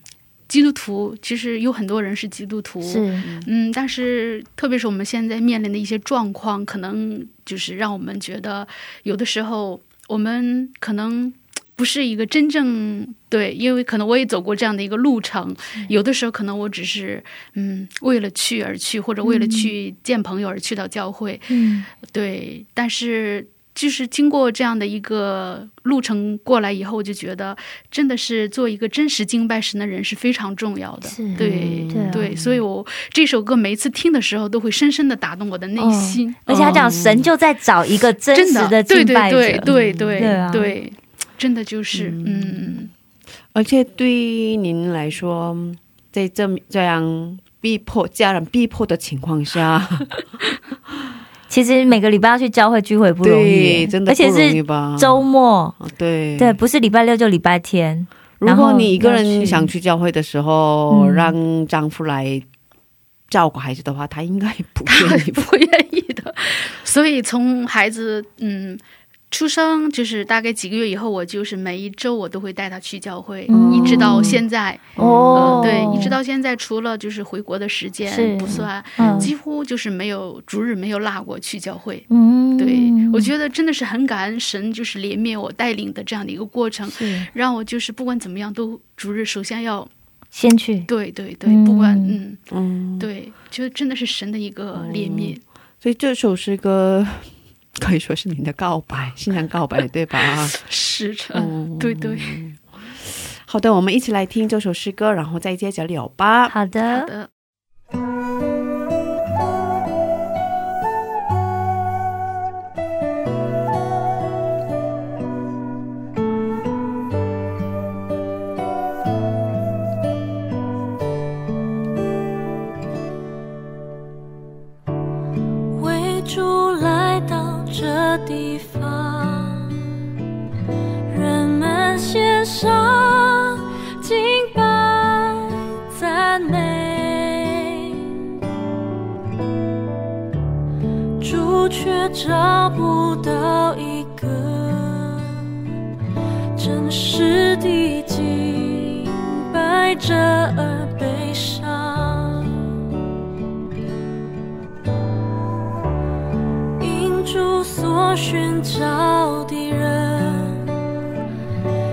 F: 基督徒其实有很多人是基督徒，
C: 是，
F: 嗯，但是特别是我们现在面临的一些状况，可能就是让我们觉得，有的时候我们可能不是一个真正对，因为可能我也走过这样的一个路程，有的时候可能我只是嗯为了去而去，或者为了去见朋友而去到教会，
C: 嗯，
F: 对，但是。就是经过这样的一个路程过来以后，我就觉得真的是做一个真实敬拜神的人是非常重要的
C: 是。
F: 对，
C: 对啊
F: 对，所以我这首歌每一次听的时候，都会深深的打动我的内心。
C: 而且他讲神就在找一个哦真
F: 哦真
C: 实的
F: 对
C: 敬
F: 对
C: 拜者，
F: 对对
C: 对啊
F: 对对，真的就是
C: [LAUGHS]
F: 嗯，
B: 而且对您来说，在这这样逼迫家人逼迫的情况下，
C: 其实每个礼拜要去教会聚会不容易
B: 对，，真的
C: 而
B: 不
C: 且
B: 容易
C: 是
B: 吧？
C: 周末，
B: 哦
F: 嗯
B: 对
C: 对，不是礼拜六就礼拜天。
B: 如果你一个
C: 然后要
B: 人
C: 去
B: 想去教会的时候，
C: 嗯
B: 让丈夫来照顾孩子的话，他应该不
F: 他
B: 愿意
F: 也
B: [LAUGHS]
F: 不愿意的。所以从孩子嗯出生就是大概几个月以后，我就是每一周我都会带他去教会，
C: 嗯
F: 一直到现在。
C: 哦
F: 嗯，对，一直到现在，除了就是回国的时
C: 是
F: 间不算，
C: 嗯
F: 几乎就是没有逐日没有落过去教会。
C: 嗯
F: 对，我觉得真的是很感恩神，就是怜悯我带领的这样的一个过程，
C: 是
F: 让我就是不管怎么样都逐日，首先要
C: 先去，
F: 对对对，
C: 嗯
F: 不管嗯
B: 嗯，哦
F: 对，就真的是神的一个怜悯。
B: 所以这首诗歌可以说是你的告白，新娘告白，对吧？
F: 是的，
B: 嗯
F: 对对，
B: [LAUGHS]
F: [LAUGHS]
B: 好的，我们一起来听这首诗歌，然后再接着聊吧。
C: 好
F: 好
C: 的，
F: 的，
A: 为主来到这地方，人们献上敬拜赞美，主却找不到一个真实的敬拜者而悲伤。因主所寻找的人，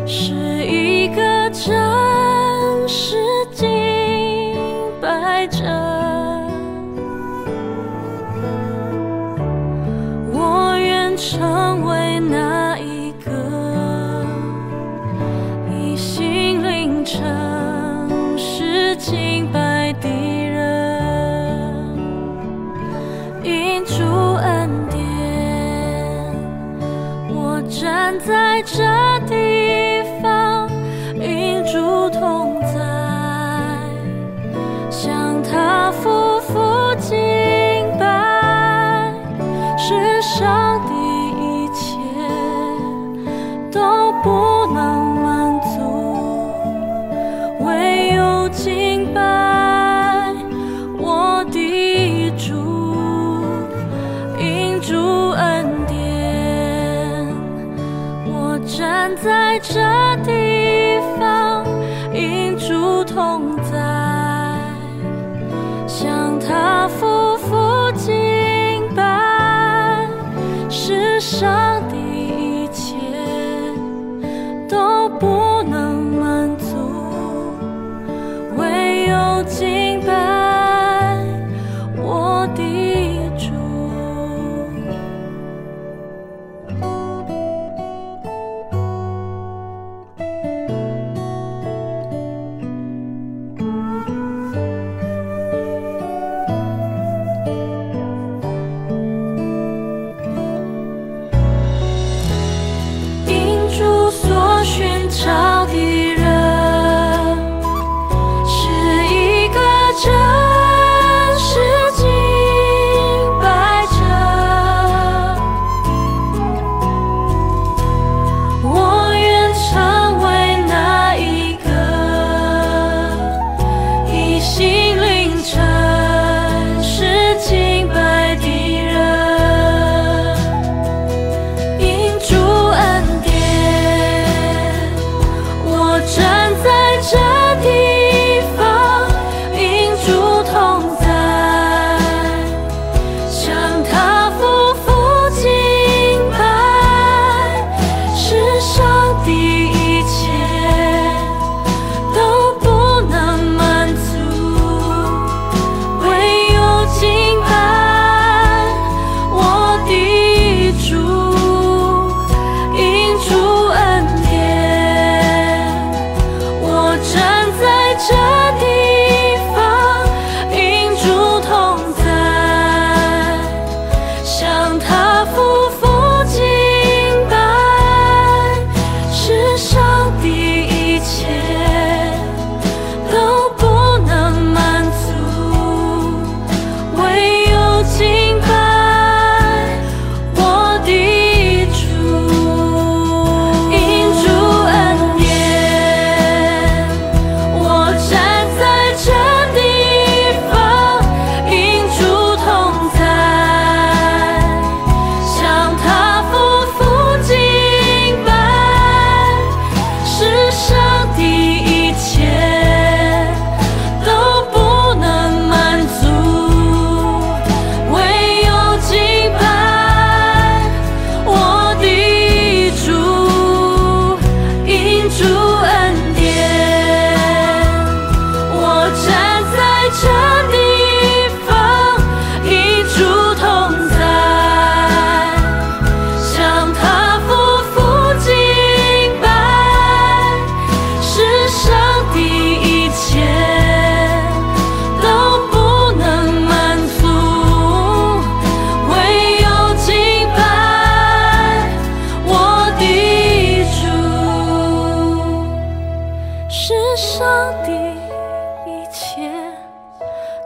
A: 是一个真实敬拜者。我愿成为那一个，以心灵诚实敬拜的人。因主恩典，我站在这地方，因主同在，向他夫妇敬拜，世上的一切都不能满足，唯有敬拜。我的主，因主恩典，我站在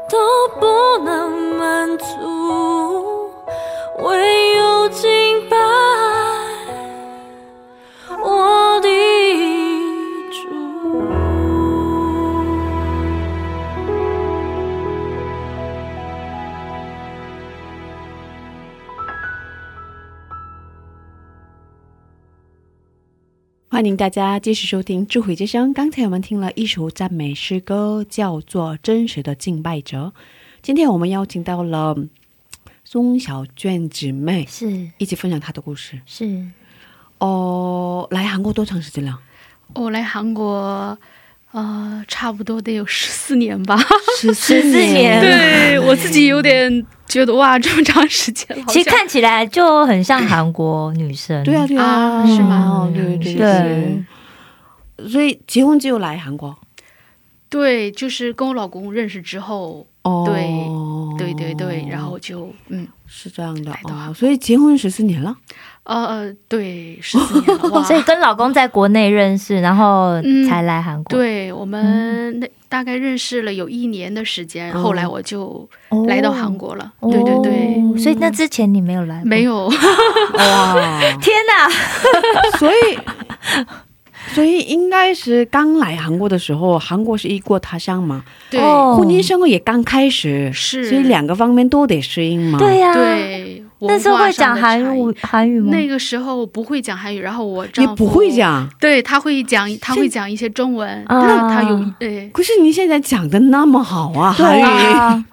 A: 都不能满足，唯有敬拜我的主。
B: 欢迎大家继续收听《智慧之声》。刚才我们听了一首赞美诗歌，叫做《真实的敬拜者》。今天我们邀请到了嗯钟小娟姊妹
C: 是
B: 一起分享她的故事。
C: 是，
B: 哦，来韩国多长时间
F: [LAUGHS]
B: 了？
F: 我来韩国，呃，差不多得有十四年吧。
B: 十四
C: 14年
B: [LAUGHS]
F: 对我自己有点觉得哇，这么长时间了，好
C: 其实
F: 像
C: 看起来就很像韩国女生。
B: 对啊，对啊，
F: 啊是吗
B: 哦对对
C: 对
B: 对。所以结婚就来韩国。
F: 对，就是跟我老公认识之后，
B: 哦，
F: 对对对，然后就嗯
B: 是这样的
F: 来到韩
B: 哦，
F: 国
B: 所以结婚十四年
F: [LAUGHS]
B: 了。
F: 呃呃，对，十四年了哇
C: 哦 [LAUGHS] 所。以跟老公在国内认识，然后
F: 嗯
C: 才来韩国。
F: 对我
C: 嗯
F: 们那大概认识了有一年的时间，
B: 嗯
F: 后来我就
C: 哦
F: 来到韩国了。对对对，
C: 哦所以那之前你没有来过，
F: 没。有
B: 哇，
C: 天哪！
B: 所以，所以应该是刚来韩国的时候，韩国是一国他乡嘛，
F: 对
C: 哦
B: 婚姻生活也刚开始，
F: 是
B: 所以两个方面都得适应嘛。
C: 对呀、，
F: 嗯
C: 啊
F: 对，
C: 那时候会讲韩
F: 文
C: 语韩
F: 化上的
C: 语
F: 差异。
C: 吗？
F: 那个时候我不会讲韩语，然后我
B: 也
F: 丈夫
B: 不会，讲。
F: 对他会讲，他会讲一些中文，
C: 啊
F: 那他有呃对，
B: 可是你现在讲的那么好啊，韩
C: 对
B: 语、
C: 啊，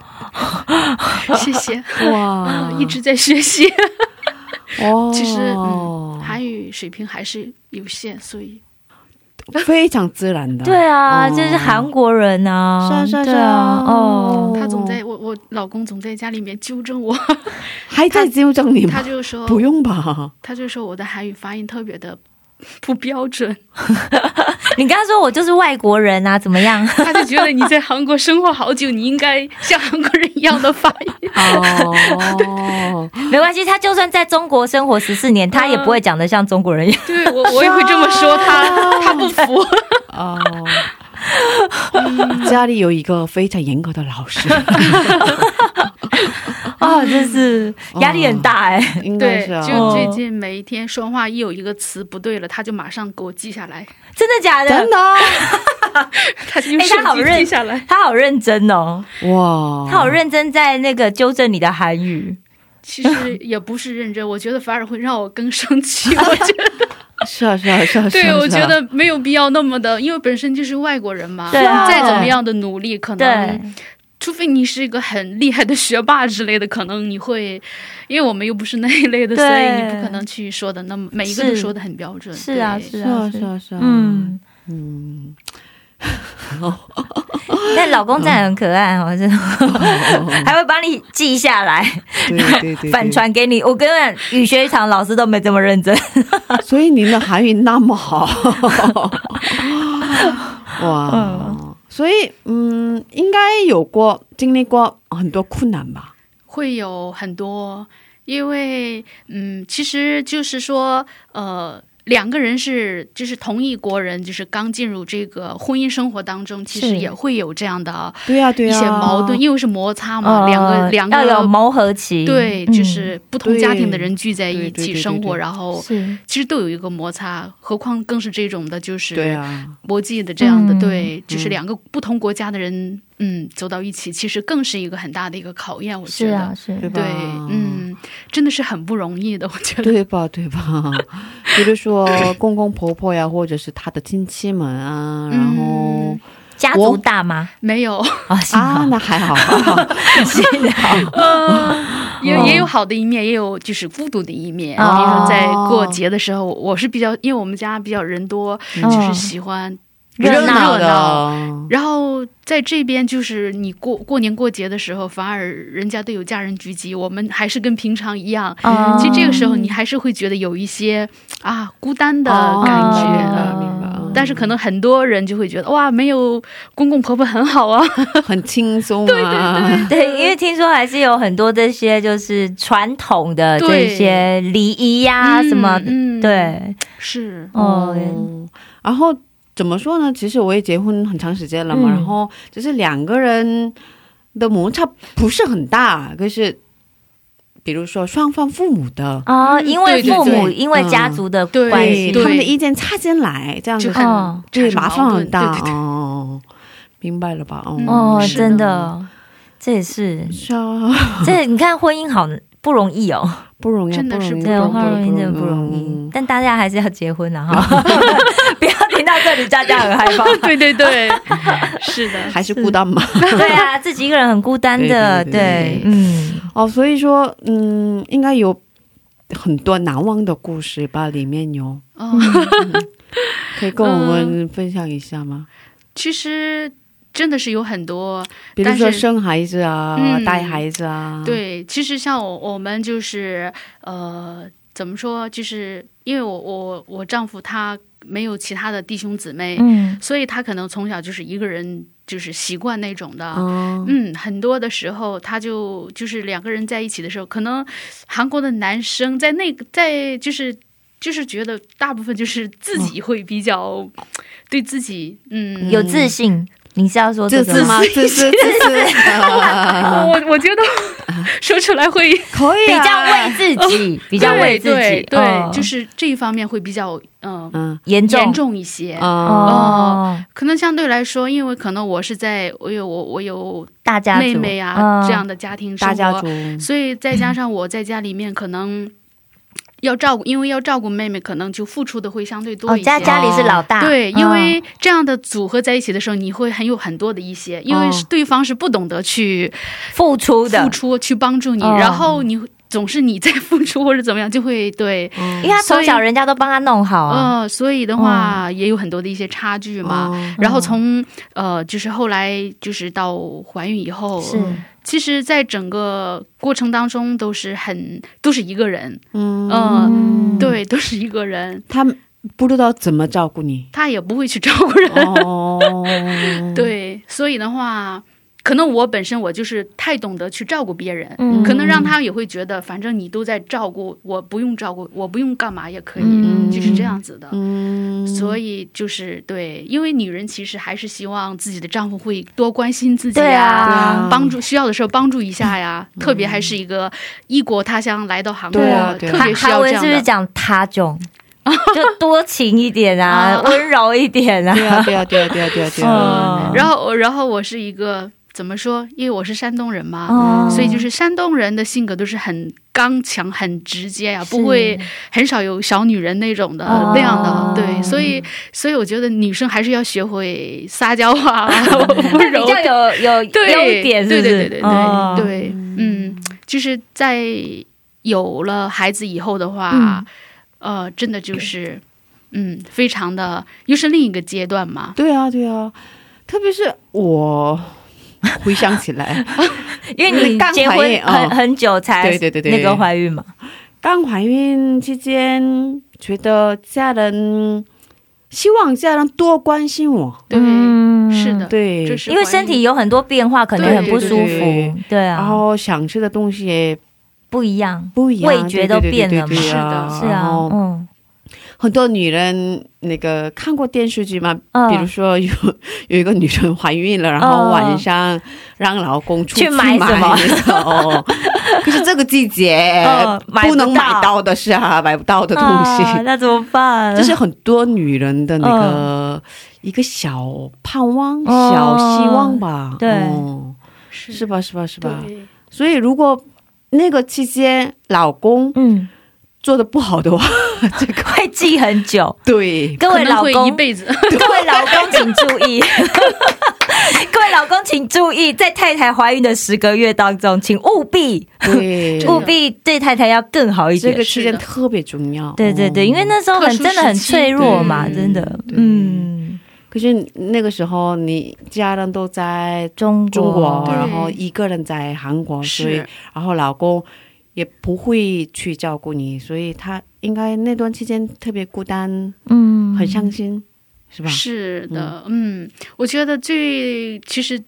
F: 谢
C: [LAUGHS]
F: 谢，
B: 哇 [LAUGHS]
F: 啊， [LAUGHS] 一直在学习。
B: 哦，
F: 其实
C: 哦
B: [LAUGHS]
F: 嗯，韩语水平还是有限，所以
B: 非常自然的，
C: 对啊，
B: 哦
C: 就是韩国人啊，
B: 是啊是啊
C: 对
B: 是
C: 啊
B: 啊，
C: 哦，
F: 他总在我我老公总在家里面纠正我，
B: 还在纠正你
F: [LAUGHS] 他
B: 吗？
F: 就说
B: 不用吧，
F: 他就说我的韩语发音特别的不标准，
C: 你刚刚说我就是外国人啊，怎么样？
F: 他就觉得你在韩国生活好久，你应该像韩国人一样的发音。
B: [LAUGHS] 哦，
C: [LAUGHS] 没关系，他就算在中国生活十四年，他也不会讲得像中国人一样。
F: 对我我也会这么说 [LAUGHS] 他，他不服。
B: 哦， [LAUGHS] 嗯家里有一个非常严格的老 [LAUGHS] 师，
C: [LAUGHS] 哦，真是压力很大哎、
B: 应该
F: 对
B: 是、啊、，
F: 就最近每一天说话一有一个词不对了，他就马上给我记下来，
C: [LAUGHS] 真的假的？
B: 真的
F: 他就用
C: 哎
F: 手
C: 他好
F: 机
C: 认
F: 记下来。
C: 他好认真哦，
B: [LAUGHS] 哇，
C: 他好认真在那个纠正你的韩语。
F: 其实也不是认真，我觉得反而会让我更生气。 [LAUGHS] 我觉得，
B: 是啊是啊是啊，是啊
F: 对，我
B: 是
F: 觉
B: 啊
F: 得没有必要那么的，因为本身就是外国人嘛，
C: 对啊
F: 再怎么样的努力，可
C: 对
F: 能，除非你是一个很厉害的学霸之类的，可能你会，因为我们又不是那一类的，
C: 对
F: 所以你不可能去说的那么每一个
C: 是
F: 都说的很标准。
C: 是啊，
F: 对
C: 是
B: 是啊
C: 啊，
B: 是。啊是啊，
C: 嗯，
B: 嗯，
C: [LAUGHS] 但老公真的很可爱哦，真的，还会帮你记下来，
B: 对对对 [LAUGHS] 对，
C: 反传给你。我跟你讲语学堂老师都没这么认真，
B: 所以您的韩语那么
F: [LAUGHS]
B: 好，哇，所以嗯，应该有过经历过很多困难吧？
F: 会有很多，因为嗯，其实就是说，呃，两个人是就是同一国人，就是刚进入这个婚姻生活当中，其
C: 是
F: 实也会有这样的
B: 对呀、对
F: 一
B: 呀、
F: 些矛盾，因为是摩擦嘛，哦两个
C: 呃
F: 两个
C: 要有磨合期，
F: 对，
C: 嗯
F: 就是不同家庭的人聚在
B: 对对
F: 一
B: 对
F: 起
B: 对
F: 生活，
B: 对
F: 然后
C: 是
F: 其实都有一个摩擦，何况更是这种的，就是
B: 对啊呀、
F: 国际的这样的，
C: 嗯
F: 对，就是两个不同国家的人，嗯，走到一起，其实更是一个很大的一个考验，我
C: 是
F: 觉得。
C: 啊是，
B: 对吧？
F: 对，，嗯，真的是很不容易的，我觉得。
B: 对吧？对吧？ [LAUGHS] 比如说公公婆婆呀，或者是他的亲戚们啊，然后、
F: 嗯
C: 家
B: 我
C: 族大吗？
F: 没
B: [LAUGHS]
F: 有，
C: 啊，幸好
B: 啊，那还好，
C: 幸好，
F: 也
B: 哦
F: 也有好的一面，也有就是孤独的一面。比
C: 哦
F: 如说在过节的时候，我是比较，因为我们家比较人多，
B: 嗯
F: 就是喜欢。
C: 热闹
F: [LAUGHS] 热闹
B: 的，
F: 然后在这边，就是你过过年过节的时候，反而人家都有家人聚集，我们还是跟平常一样。
C: [LAUGHS] 嗯
F: 其实这个
B: 哦
F: 时候，你还是会觉得有一些啊孤单的感
B: 哦
F: 觉。
B: 明白
C: 嗯
B: 明白嗯
F: 但是可能很多人就会觉得哇，没有公公婆婆很好啊。
B: 很轻松啊，
C: [LAUGHS] 对，因为听说还是有很多这些就是传统的这
F: 对
C: 些礼仪
B: 啊
C: 呀、什么，
F: 嗯，嗯，
C: 对，
F: 是，
C: 哦，
B: 嗯，然后怎么说呢？其实我也结婚很长时间了嘛，
C: 嗯
B: 然后就是两个人的摩擦不是很大，可是比如说双方父母的
C: 啊，因为
F: 对对
C: 父母，
B: 对
C: 因为家族的
F: 对
C: 关系，
F: 对
B: 他们的意见插进来，这样
F: 就
B: 子
F: 很
C: 哦
B: 对
F: 产
B: 麻
F: 生
B: 烦
F: 矛
B: 很
F: 盾
B: 大
F: 对对对
B: 哦。明白了吧？哦，
C: 哦，
F: 是的
C: 真的，这也是，
B: 是啊，
C: 这你看婚姻好不容易哦，
B: 不容易，啊
F: 真的是
B: 不
C: 对，
B: 容易嗯
C: 婚姻真的不容易，。但大家还是要结婚了哈， [LAUGHS] 不要听到这里大家很害怕。
F: 对对对，嗯是的，
B: 还是孤单嘛？ [LAUGHS]
C: 对啊，自己一个人很孤单的，
B: 对对对对
C: 对，嗯，
B: 哦，所以说，嗯，应该有很多难忘的故事吧？里面有，
F: 哦，
B: [LAUGHS] 可以跟我们分享一下吗？
F: 其实真的是有很多。
B: 比如说
F: 但是
B: 生孩子啊，
F: 嗯
B: 带孩子啊，，
F: 对，其实像我我们就是呃，怎么说，就是因为我我我丈夫他没有其他的弟兄姊妹，
C: 嗯，
F: 所以他可能从小就是一个人，就是习惯那种的。
B: 哦，
F: 嗯，很多的时候，他就就是两个人在一起的时候，可能韩国的男生在那个在就是就是觉得大部分就是自己会比较、对自己，嗯，
C: 有自信，你是要说这
B: 自
C: 个
B: 私
C: 吗？
B: 吗？自私，自私，
F: [LAUGHS]
B: 啊
F: 我我觉得说出来会
B: 可以
C: 比
B: 啊
C: 较为自己，比较为自己
F: 对对，对
C: 哦
F: 就是这一方面会比较嗯、
B: 嗯
C: 严重
F: 严重一些。
B: 啊，
C: 哦，
F: 可能相对来说，因为可能我是在我有我我有
C: 大家族
F: 妹妹啊、
C: 嗯
F: 这样的家庭生
B: 大家
F: 活，
B: 族，
F: 所以再加上我在家里面可能要照顾，因为要照顾妹妹，可能就付出的会相对多
C: 哦，
F: 一些。
C: 家家里是老大，
F: 对，
C: 嗯
F: 因为这样的组合在一起的时候，你会很有很多的一些，因为
B: 哦
F: 是对方是不懂得去
C: 付出的
F: 付，出、去帮助你，
C: 哦
F: 然后你总是你在付出或者怎么样，就会对，
C: 因为他从小
F: 所以
C: 人家都帮他弄好啊，嗯
F: 呃，所以的话也有很多的一些差距嘛。
B: 哦
F: 然后从呃，就是后来就是到怀孕以后，
C: 是
F: 其实，在整个过程当中都是很都是一个人，
B: 嗯，
F: 嗯，
C: 嗯，
F: 对，都是一个人，，
B: 他不知道怎么照顾你
F: [LAUGHS] 他也不会去照顾人，
B: 哦，
F: [LAUGHS] 对，所以的话，可能我本身我就是太懂得去照顾别人，
C: 嗯
F: 可能让他也会觉得，反正你都在照顾，我不用照顾，我不用干嘛也可以，
C: 嗯
F: 就是这样子的。
B: 嗯，
F: 所以就是对，因为女人其实还是希望自己的丈夫会多关心自己
C: 对
F: 呀、
C: 啊，嗯
F: 帮助需要的时候帮助一下呀。特别还是一个异国他乡来到韩国，
B: 对啊对啊
F: 特别需
C: 韩
F: 要这
C: 文是
F: 样
C: 不是
F: 的。
C: 讲他种？就多情一点啊，
F: 啊
C: 温柔一点啊。
B: 对啊，对啊，对啊，对啊，对啊，对啊
C: 嗯，
F: 然后，然后我是一个怎么说？因为我是山东人嘛，
C: 哦
F: 所以就是山东人的性格都是很刚强、很直接呀、不会很少有小女人那种的、
C: 哦嗯
F: 那样的。对，所以所以我觉得女生还是要学会撒娇
C: [LAUGHS]
F: 啊，温
C: 比
F: 柔。
C: 较有有
F: 对
C: 优点，是不
F: 对
C: 是？
F: 对对对对、
C: 哦
F: 对，嗯，就是在有了孩子以后的话
C: 嗯，
F: 呃，真的就是。嗯，非常的，又是另一个阶段嘛。
B: 对啊，对啊，特别是我回想起来，
C: 因为你
B: 刚
C: 嗯结
B: 怀
C: 婚
B: 孕
C: 很
B: 哦
C: 很久才
B: 对对对对
C: 哎那个怀孕嘛，
B: 刚怀孕期间，觉得家人希望家人多关心我，
F: 对，
C: 嗯
F: 是的，
B: 对，
F: 这是
C: 因为
F: 怀
C: 身体
F: 孕
C: 有很多变化，可能
F: 对哦
C: 很不舒
B: 对对对
C: 服，对
B: 然
C: 啊，
B: 后想吃的东西也
C: 不一样，
B: 不一样，
C: 味觉都变了嘛
B: 对对对对对啊
C: 是
B: 然
C: 啊，
F: 哦
B: 后
C: 嗯
B: 很多女人那个看过电视剧嘛，
C: 嗯
B: 比如说有有一个女人怀孕了，然后晚上让老公出
C: 去买什么
B: 买那个 [LAUGHS] 哦，可是这个季节
C: 嗯买不
B: 不能
C: 到
B: 买到的是啊，买不到的东西，
C: 啊那怎么办？
B: 这是很多女人的那个一个小盼望、
C: 嗯哦
B: 小希望吧？
C: 对
B: 哦
F: 是
B: 是吧？是吧？是吧？
F: 对
B: 所以如果那个期间老公
C: 嗯，
B: 做的不好的
C: [LAUGHS]
B: 话，
C: 会记很久。
B: 对，
C: 各
F: [LAUGHS] 可
C: 位
F: 能
C: 老
F: 会一
C: 公，
F: 辈子。
C: 各位老
F: [LAUGHS]
C: 公请注意， [LAUGHS] 各位老公请注意，在太太怀孕的十个月当中，请务必
B: 对，
C: 务必对太太要更好一
B: 这
C: 点。
B: 个期间特别重要。
C: 对对对，
B: 哦
C: 因为那时候
F: 特
C: 很
F: 殊
C: 真的很
F: 时期
C: 脆弱嘛，
F: 对
C: 真的，
B: 对
C: 嗯，
B: 可是那个时候你家人都在
C: 中国，
B: 中国，
F: 对
B: 然后一个人在韩国，所以
F: 是
B: 然后老公也不会去照顾你，所以他应该那段期间特别孤单，
C: 嗯，
B: 很伤心，是吧？
F: 是的，嗯，我觉得最其实，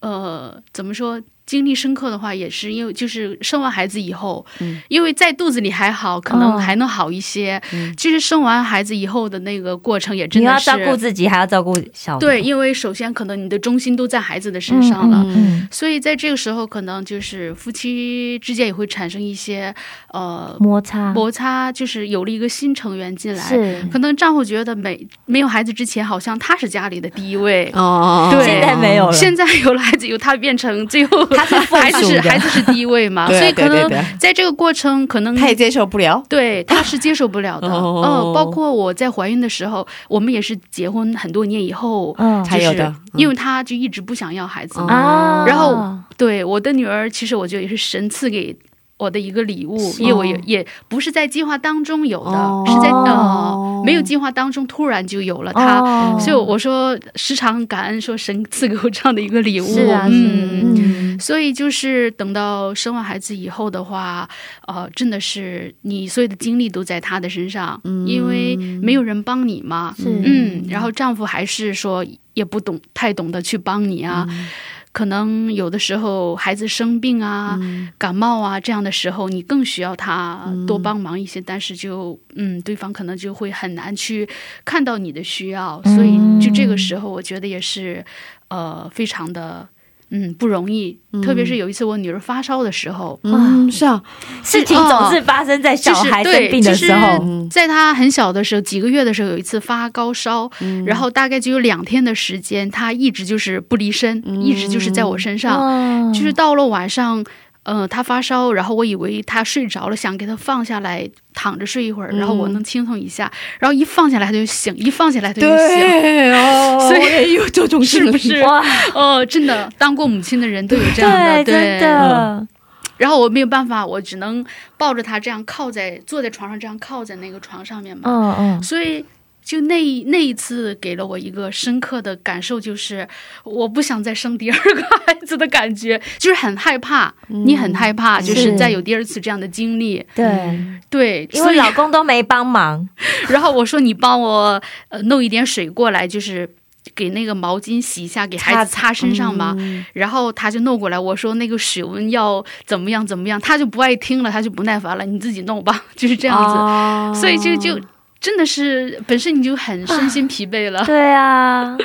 F: 呃，怎么说？经历深刻的话，也是因为就是生完孩子以后，
B: 嗯
F: 因为在肚子里还好，可
C: 哦
F: 能还能好一些。
B: 嗯
F: 其实生完孩子以后的那个过程也真
C: 你
F: 的
C: 要
F: 是
C: 照顾自己，还要照顾小的
F: 对，因为首先可能你的中心都在孩子的身上了，
C: 嗯，
F: 所以在这个时候，可能就是夫妻之间也会产生一些呃
C: 摩擦
F: 摩擦，就是有了一个新成员进来，
C: 是
F: 可能丈夫觉得没没有孩子之前，好像他是家里的第一位。
B: 哦
F: 对
C: 现在没有了，
F: [LAUGHS] 现在有了孩子以后，他变成最后
C: 他是附属的
F: 孩子是孩子是第一位
B: [LAUGHS]
F: 嘛，
B: 对
F: 所以可
B: 对对
F: 能
B: 对
F: 在这个过程，可能
B: 他也接受不了。
F: 对，他是接受不了的。
B: [LAUGHS] 哦
F: 嗯，包括我在怀孕的时候，我们也是结婚很多年以后，
C: 嗯
F: 就是
B: 才有的嗯
F: 因为他就一直不想要孩子。嘛。
C: 啊，
F: 嗯然后对我的女儿，其实我觉得也是神赐给我的一个礼物，因为我也也不是在计划当中有的，
B: 哦
F: 是在呃
C: 哦
F: 没有计划当中突然就有了他。
C: 哦
F: 所以我说，时常感恩，说神 [LAUGHS] 赐给我这样的一个礼物。
C: 是啊，是
F: 嗯
C: 嗯，
F: 所以就是等到生完孩子以后的话，呃，真的是你所有的精力都在他的身上，因为没有人帮你嘛。
C: 嗯是
F: 嗯，然后丈夫还是说也不懂太懂得去帮你啊。
C: 嗯
F: 可能有的时候孩子生病啊、
C: 嗯
F: 感冒啊这样的时候，你更需要他多帮忙一些，但是就嗯，对方可能就会很难去看到你的需要，所以就这个时候，我觉得也是呃，非常的嗯不容易。特别是有一次我女儿发烧的时候，
B: 嗯，是啊，
C: 事情总是发生在小
F: 哦就是
C: 孩
F: 对
C: 生病的时
F: 就
C: 候，
F: 是在她很小的时候，几个月的时候，有一次发高烧，然后大概就有两天的时间，她一直就是不离身，一直就是在我身上，
C: 嗯
F: 就是到了晚上。呃，她发烧，然后我以为她睡着了，想给她放下来躺着睡一会儿，然后我能轻松一下，然后一放下来她就醒，一放下来她就醒，
B: 对哦，
F: 所以
B: 我也有这种
F: 是
B: 事
F: 不是？
C: 哇， [LAUGHS]
F: 哦，真的，当过母亲的人都有这样的，
C: 对，
F: 对，
C: 真
F: 嗯
C: 的，
F: 然后我没有办法，我只能抱着他这样靠在坐在床上，这样靠在那个床上面嘛。
C: 嗯嗯，
F: 所以就那一那一次给了我一个深刻的感受，就是我不想再生第二个孩子的感觉，就是很害怕，你
C: 嗯
F: 很害怕，就是
C: 是
F: 再有第二次这样的经历。
C: 对，
F: 对，
C: 因
F: 所
C: 为
F: 以
C: 老公都没帮忙，
F: 然后我说你帮我呃弄一点水过来，就是给那个毛巾洗一下，给孩子擦身上嘛。然后他就弄过来，我说那个水温要怎么样怎么样，他就不爱听了，他就不耐烦了，你自己弄吧， [LAUGHS] 就是这
B: 这
F: 样子。
B: 子
F: 所以就就。真的是本身你就很身心疲惫了，
C: 对啊，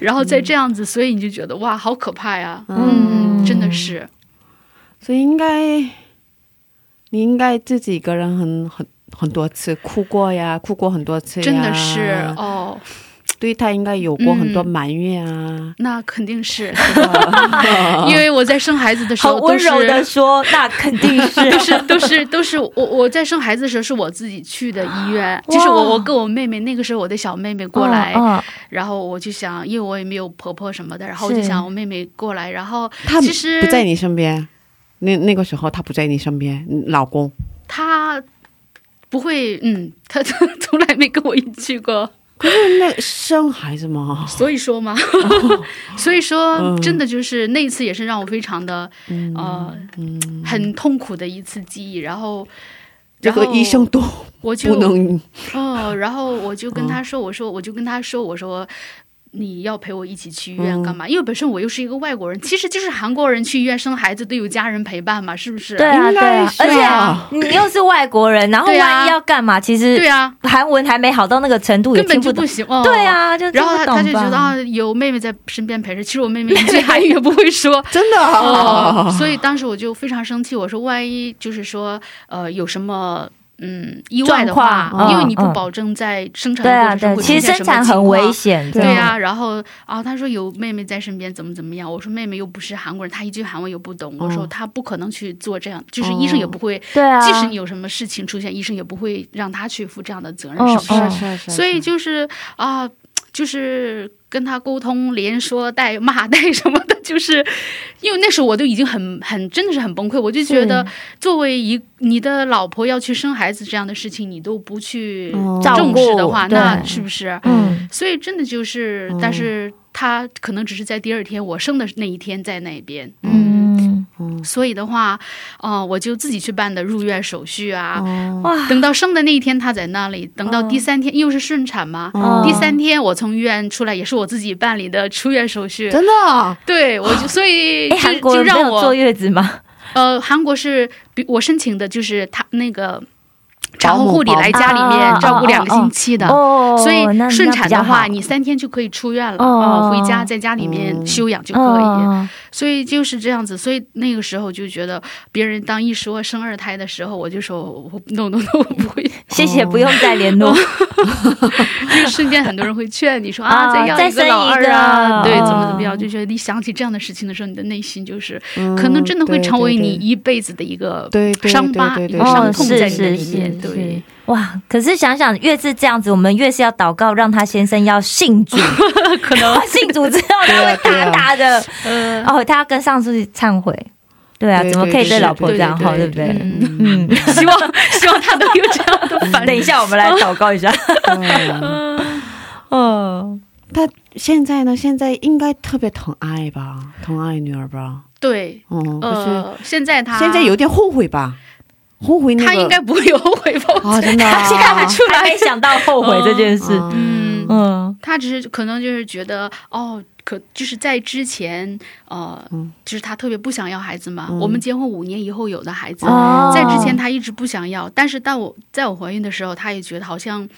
F: 然后再这样子，所以你就觉得哇，好可怕呀！
B: 嗯
F: 嗯，真的是，
B: 所以应该，你应该自己一个人很很很多次哭过呀，哭过很多次呀，
F: 真的是嗯哦，
B: 对他应该有过很多埋怨啊。
F: 那肯定是， [LAUGHS]
B: 是吧
F: 因为我在生孩子的时
C: 好
F: 候
C: 温
F: 都是
C: 柔的说，那肯定是
F: [LAUGHS] 都是都是都是我我在生孩子的时候是我自己去的医院，就是
C: 哇
F: 我我跟我妹妹那个时候我的小妹妹过来，
C: 嗯
F: 然后我就想，因为我也没有婆婆什么的，然后我就是想我妹妹过来，然后
B: 他
F: 其实
B: 不在你身边，那那个时候他不在你身边，你老公
F: 她不会，嗯，她 [LAUGHS] 她从来没跟我一起过，嗯
B: 那生孩子嘛，
F: 所以说嘛， [LAUGHS] 所以说
B: 哦嗯
F: 真的就是那一次也是让我非常的呃
B: 嗯
F: 很痛苦的一次记忆，然后
B: 这
F: 然后
B: 个医生都
F: 我就
B: 不能
F: 哦，然后我就
C: 嗯
F: 跟他说，我说我就跟他说，我说。你要陪我一起去医
C: 嗯
F: 院干嘛？因为本身我又是一个外国人，其实就是韩国人去医院生孩子都有家人陪伴嘛，是不是？
C: 对啊，
B: 应
C: 对
B: 该
C: 啊，
B: 是
C: 而
B: 啊
C: 且你又是外国人，然后
F: 对啊
C: 万一要干嘛？其实
F: 对啊，
C: 韩文还没好到那个程度，也
F: 根本
C: 听
F: 就
C: 不懂
F: 不。行。哦、
C: 对，啊，就
F: 然后他
C: 听不懂
F: 他就觉得
C: 吧
F: 啊，有妹妹在身边陪着，其实我妹妹一句韩语也不会
C: [LAUGHS]
F: 说。
B: 真的啊、
F: 哦，所以当时我就非常生气，我说万一就是说呃有什么。嗯，意外的话
C: 状，况
F: 因为你不
C: 嗯嗯
F: 保证在生产
C: 对啊，
F: 的过
C: 对
F: 程
C: 其
F: 中，会出现
C: 实生
F: 什么
C: 产
F: 情
C: 很
F: 况
C: 危险，
B: 对
F: 对
C: 啊，
F: 啊，然后啊，他说有妹妹在身边，怎么怎么样？我说妹妹又不是韩国人，她一句韩文又不懂。我说她不可能去做这样，就是医生也不会，
C: 嗯对啊，
F: 即使你有什么事情出现，医生也不会让她去负这样的责任，
C: 嗯
F: 是不
C: 嗯
F: 是？
B: 是是
F: 所以就是啊，就是跟他沟通，连说带骂带什么的，就是因为那时候我都已经很很真的是很崩溃，我就觉得作为一你的老婆要去生孩子这样的事情，你都不去
B: 哦
F: 重视的话，
C: 嗯照顾
F: 那
C: 对
F: 是不是？
C: 嗯，
F: 所以真的就是，但是他可能只是在第二天我生的那一天在那边，
C: 嗯，
F: 所以的话，哦，我就自己去办的入院手续啊。
C: 哇，哦
F: 等到生的那一天，他在那里。等到第三天，因为是顺产嘛，
C: 嗯
F: 第三天我从医院出来，也是我自己办理的出院手续。
B: 真的啊、
F: 对，我就所以
C: 哎，
F: 就
C: 韩国
F: 就
C: 人没
F: 让
C: 有
F: 我
C: 坐月子吗？
F: 呃，韩国是比我申请的，就是他那个产后护理来家里
C: 啊啊
F: 面
C: 啊
F: 照顾两个星期的。
C: 哦
F: 所以
C: 那
F: 顺产的
C: 那
F: 话，
C: 比较
F: 你三天就可以出院了，
C: 哦
F: 哦，回家在家里面休养就可
C: 好
F: 以。
C: 嗯
F: 所以就是这样子，所以那个时候就觉得别人当一说生二胎的时候，我就说我 no no no，我不会。
C: 谢谢，不用再联
F: [LAUGHS]
C: 络。
F: 就是身边很多人会劝你说
C: 啊
F: 啊，再要
C: 再
F: 一个
C: 生
F: 老
C: 一
F: 二
C: 个
F: 啊，对，
C: 哦
F: 怎么怎么样，就觉得你想起这样的事情的时候，你的内心就是
B: 嗯
F: 可能真的会成为你一辈子的一个
B: 对对对
F: 伤疤、
B: 对
F: 一
B: 对
F: 个
B: 对哦
F: 伤
C: 哦，
F: 痛
C: 是
F: 在
C: 是
F: 你的
C: 是
F: 里面。
C: 是
F: 对，
C: 哇！可是想想，越是这样子，我们越是要祷告，让他先生要信
F: [LAUGHS]
C: 主，可能 [LAUGHS] 信主之后他会
B: 对
C: 大
B: 啊
C: 大的，
F: 呃，
C: 哦，他要跟上司忏悔。对啊，
B: 对
C: 怎么可以
B: 对
C: 对
B: 是
C: 老婆这样哈？对不对？
F: 嗯，
C: 嗯，
F: 希望希望他能有这样的
C: [LAUGHS]
F: 反
C: 等一下我们来祷告一
F: [LAUGHS]
C: 下。
F: 嗯
B: 对
F: 哦
C: 嗯，
B: 但现在呢？现在应该特别疼爱吧，疼爱女儿吧。
F: 对，
B: 嗯，可是
F: 呃，现在他
B: 现在有点后悔吧，后悔那个。
F: 他应该不会有后悔吧？ [LAUGHS] 我
B: 啊，真的、啊，
C: 现在还出 [LAUGHS] 来没想到后悔这件事。
B: 啊
F: 嗯，
C: 嗯，
F: 他只是可能就是觉得哦，可就是在之前，呃，
B: 嗯
F: 就是他特别不想要孩子嘛。
B: 嗯
F: 我们结婚五年以后有的孩子，
C: 哦
F: 嗯在之前他一直不想要，但是当我在我怀孕的时候，他也觉得好像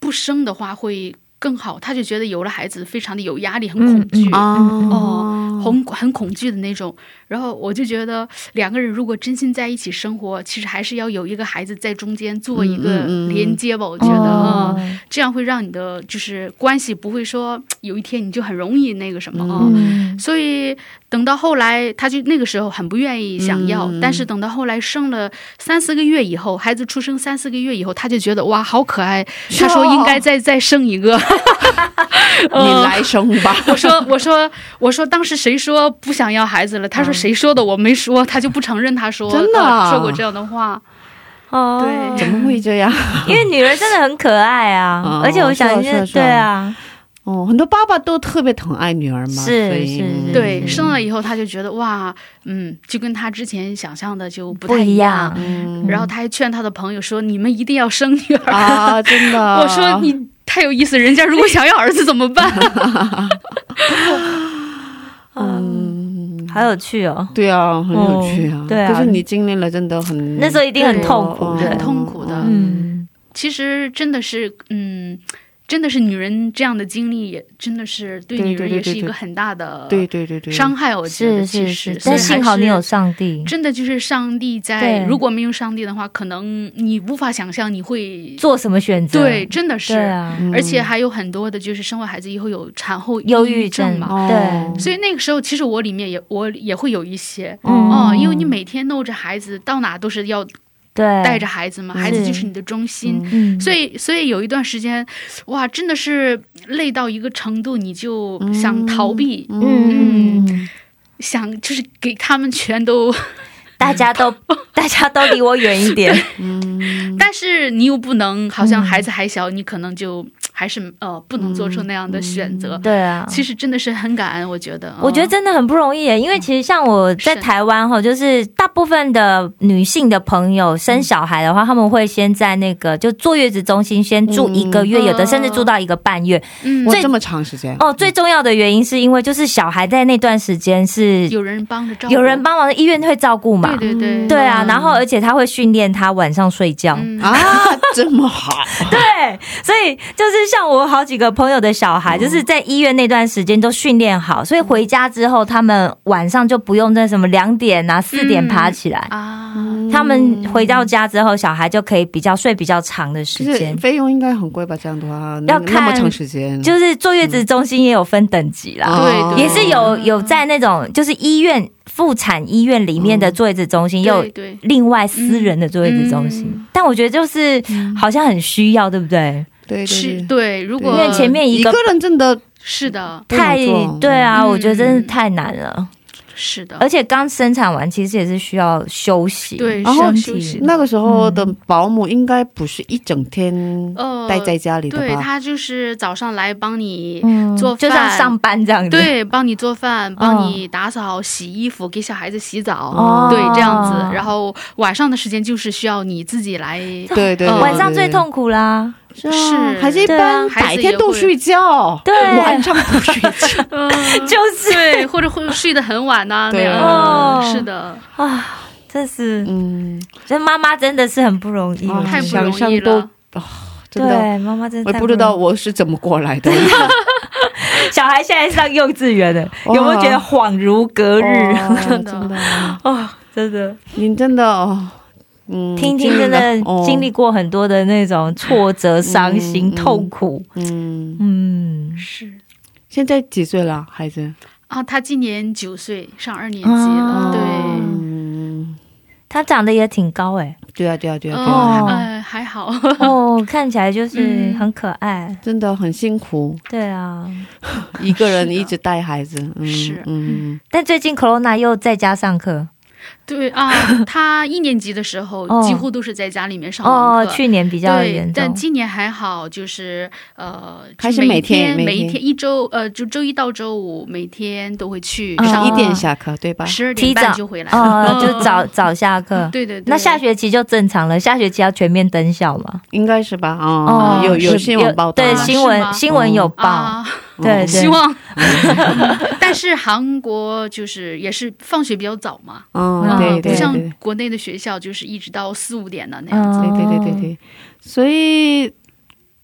F: 不生的话会更好，他就觉得有了孩子非常的有压力，很
C: 嗯
F: 恐惧。
C: 嗯
B: 啊
F: 哦，
B: 嗯
F: 很很恐惧的那种，然后我就觉得两个人如果真心在一起生活，其实还是要有一个孩子在中间做一个
B: 嗯嗯嗯嗯哦
F: 连接吧。我觉
C: 觉
F: 得，
C: 得
F: 嗯，这样会让你的就是关系不会说有一天你就很容易那个什么啊。
C: 嗯
F: 所以等到后来，他就那个时候很不愿意想要，
B: 嗯
F: 但是等到后来生了三四个月以后，孩子出生三四个月以后，他就觉得哇好可爱，
B: 是
F: 他说
B: 哦
F: 应该再再生一个。 [LAUGHS]
B: [LAUGHS]
F: 呃
B: 你来生吧。
F: 我说 [LAUGHS] 我说我说当时谁说不想要孩子了？他说谁说的？我没说，他就不承认他说
B: 嗯真的啊
F: 呃说过这样的话。
C: 哦
B: 怎么会这样？
C: 因为女儿真的很可爱啊
B: 哦，
C: 而且我想
B: 是啊是啊是啊
C: 对啊，
B: 哦，很多爸爸都特别疼爱女儿嘛，
C: 是
B: 所以
C: 是
B: 嗯
F: 对，生了以后他就觉得哇，嗯，就跟他之前想象的就不太
C: 一
F: 一
C: 样
F: 样。
B: 嗯
F: 然后他还劝他的朋友说：“你们一定要生女
B: [LAUGHS]
F: 儿。，
B: 啊，真的
F: 我说你太有意思，人家如果想要儿子怎么办？
B: [LAUGHS] 嗯，
C: 好有趣哦。
B: 对啊，很有趣啊
C: 哦，对啊
B: 可是你经历了，真的很哦
C: 那时候一定很痛苦
B: 嗯对
C: 的
F: 很，痛苦的。
C: 嗯，
F: 其实真的是，嗯，真的是女人这样的经历，也真的是对
B: 对
F: 女
B: 对
F: 人
B: 对
F: 也是
B: 对
F: 一个很大的
B: 对对对对
F: 伤害。我觉
C: 是
F: 得其
C: 是
F: 实
C: 是，，
F: 所以
C: 但
F: 还
C: 幸好你有
F: 是
C: 上帝
F: 真的就是上帝在
C: 对，
F: 如果没有上帝的话，可能你无法想象你会
C: 做什么选择，
F: 对，真的是。
C: 对啊，
B: 嗯
F: 而且还有很多的，就是生完孩子以后有产后
C: 忧
F: 抑
C: 郁
F: 郁症
C: 症
F: 嘛，
B: 哦
F: 所以那个时候其实我里面也我也会有一些，
C: 嗯
F: 哦，因为你每天弄着孩子，到哪都是要
C: 对
F: 带着，孩子嘛，孩子就是你的中心，
C: 嗯，
F: 所以所以有一段时间，哇，真的是累到一个程度，你就想逃避，
C: 嗯嗯，
F: 想就是给他们全都，
C: 大家都大家都离我远一点，
F: 但是你又不能，好像孩子还小，你可能就还是呃不能做出那样的选择。
C: 对啊，
F: 其实真的是很感恩，我觉得，
C: 我觉得
F: 这
C: 真的很不容易耶，因为其实像我在
F: 嗯是
C: 台湾哈，就是大部分的女性的朋友生小孩
F: 嗯
C: 的话，他们会先在那个就坐月子中心先住一个月，
F: 嗯
C: 有的甚至住到一个半月。
F: 嗯
B: 哇
C: 最
B: 这么长时间
C: 哦，最重要的原因是因为就是小孩在那段时间是
F: 有人帮着照顾，
C: 有人帮忙，医院会照顾嘛。
F: 对对对
C: 对啊，然后而且他会训练他晚上睡觉，
F: 嗯
B: 啊， [LAUGHS] 这么好，
C: 对，所以就是像我好几个朋友的小
F: 嗯
C: 孩，就是在医院那段时间都训练好，所以回家之后他们晚上就不用在什么两点啊四点爬起来，
F: 啊，
C: 他们回到家之后，小孩就可以比较睡比较长的时
B: 可是
C: 间。
B: 费用应该很贵吧？这样的话，
C: 要
B: 那那么
C: 看
B: 长时间，
C: 就是坐月子中心也有分等级啦，
B: 哦
F: 对
C: 也是有有在那种就是医院妇产医院里面的坐月子中心，也有
F: 对对。
C: 另外私人的坐月子中心
F: 嗯。
C: 但我觉得就是好像很需要，对不对？
B: 对
F: 是
B: 对对，
F: 对，如
B: 因
F: 果
C: 为前面一
B: 一
C: 个
B: 个人真的
F: 是的，
B: 不能
C: 太
B: 做
C: 对啊，
F: 嗯
C: 我觉得真是太难了。
F: 是的，
C: 而且刚生产完，其实也是需要休息。
F: 对
B: 然
F: 是
B: 后
F: 要休息的。
B: 那个时候
C: 嗯
B: 的保姆应该不是一整天
C: 哦
F: 呃
B: 待在家里的
F: 对
B: 吧？
F: 他就是早上来帮你
C: 嗯，
F: 做
C: 就像
F: 饭
C: 上班这样子。
F: 对，帮你做饭，帮你打扫、洗衣服，给小孩子洗澡，
C: 哦，
F: 对，这样子。然后晚上的时间就是需要你自己来，
B: 对对，对
F: 呃
C: 哦晚上最，痛苦啦。
B: 对
F: 是
B: 啊还是一
C: 对啊
B: 般
F: 孩
B: 白
F: 子也
B: 天都
F: 会
B: 睡觉，
C: 对
B: 晚上不睡觉
C: [LAUGHS]
F: 嗯
C: 就是
F: 对，或者会睡得很晚呐，那
B: 对
F: 样
C: 哦
F: 嗯是的，
C: 啊，这是，
B: 嗯，
C: 这妈妈真的是很不容易，
B: 啊
F: 太不容
B: 想
F: 易
B: 象都
F: 了
B: 啊，真的，
C: 对，妈妈真的
B: 我
C: 太
B: 也不知
C: 容易
B: 道我是怎么过来
C: [LAUGHS]
B: 的。
C: 小孩现在上幼稚园了，
B: 哇
C: 有没有觉得恍如隔日？
B: 哦 [LAUGHS] 真
F: 真
B: 的
F: 的，
C: [LAUGHS] 哦，真的，
B: 你真的，哦嗯，
C: 听听真的经历
B: 哦，
C: 过很多的那种挫折、伤心、
B: 嗯
C: 痛苦。
B: 嗯，
C: 嗯，
F: 是
B: 现在几岁了，孩子？
F: 啊，他今年九岁，上二年级了，
C: 啊
F: 对。
B: 嗯，
C: 他长得也挺高哎、
B: 对啊，对啊，对啊，对啊，
C: 哦，
F: 哦呃，还好， [LAUGHS]
C: 哦，看起来就是
F: 嗯
C: 很可爱。
B: 真的很辛苦，
C: [LAUGHS] 对啊，
B: 一个人一直带孩子，嗯
F: 是
B: 嗯，
C: 但最近 Corona 又在家上课
F: 对啊，他一年级的时候
C: 哦
F: 几乎都是在家里面上网
C: 哦，
F: 课，
C: 去年比较
F: 对
C: 严，重
F: 但。今年还好，就是呃，
B: 开始每
F: 每
B: 天每
F: 每一
B: 天
F: 天一周呃，就周一到周五每天都会去
C: 哦
F: 上
B: 一点下课对吧？
F: 十二
C: 提
F: 点
C: 早
F: 半就回来了，
C: 哦，就
F: [LAUGHS]
C: 早早下课。
F: 对对对，
C: 那下学期就正常了，下学期要全面登校嘛？
B: 应该是吧？哦，有有
C: 是
B: 新闻报道，
C: 对
F: 啊
C: 新
F: 是
C: 闻
F: 吗
C: 新闻有报，
F: 啊，
C: 对对，
F: 希望。 [LAUGHS] 但是韩国就是也是放学比较早嘛，
B: 嗯，
C: 啊
B: 对
F: 不
B: 对
F: 像
B: 对。
F: 国内的学校就是一直到四五点的那样。
C: 嗯，
B: 对对对对对，所以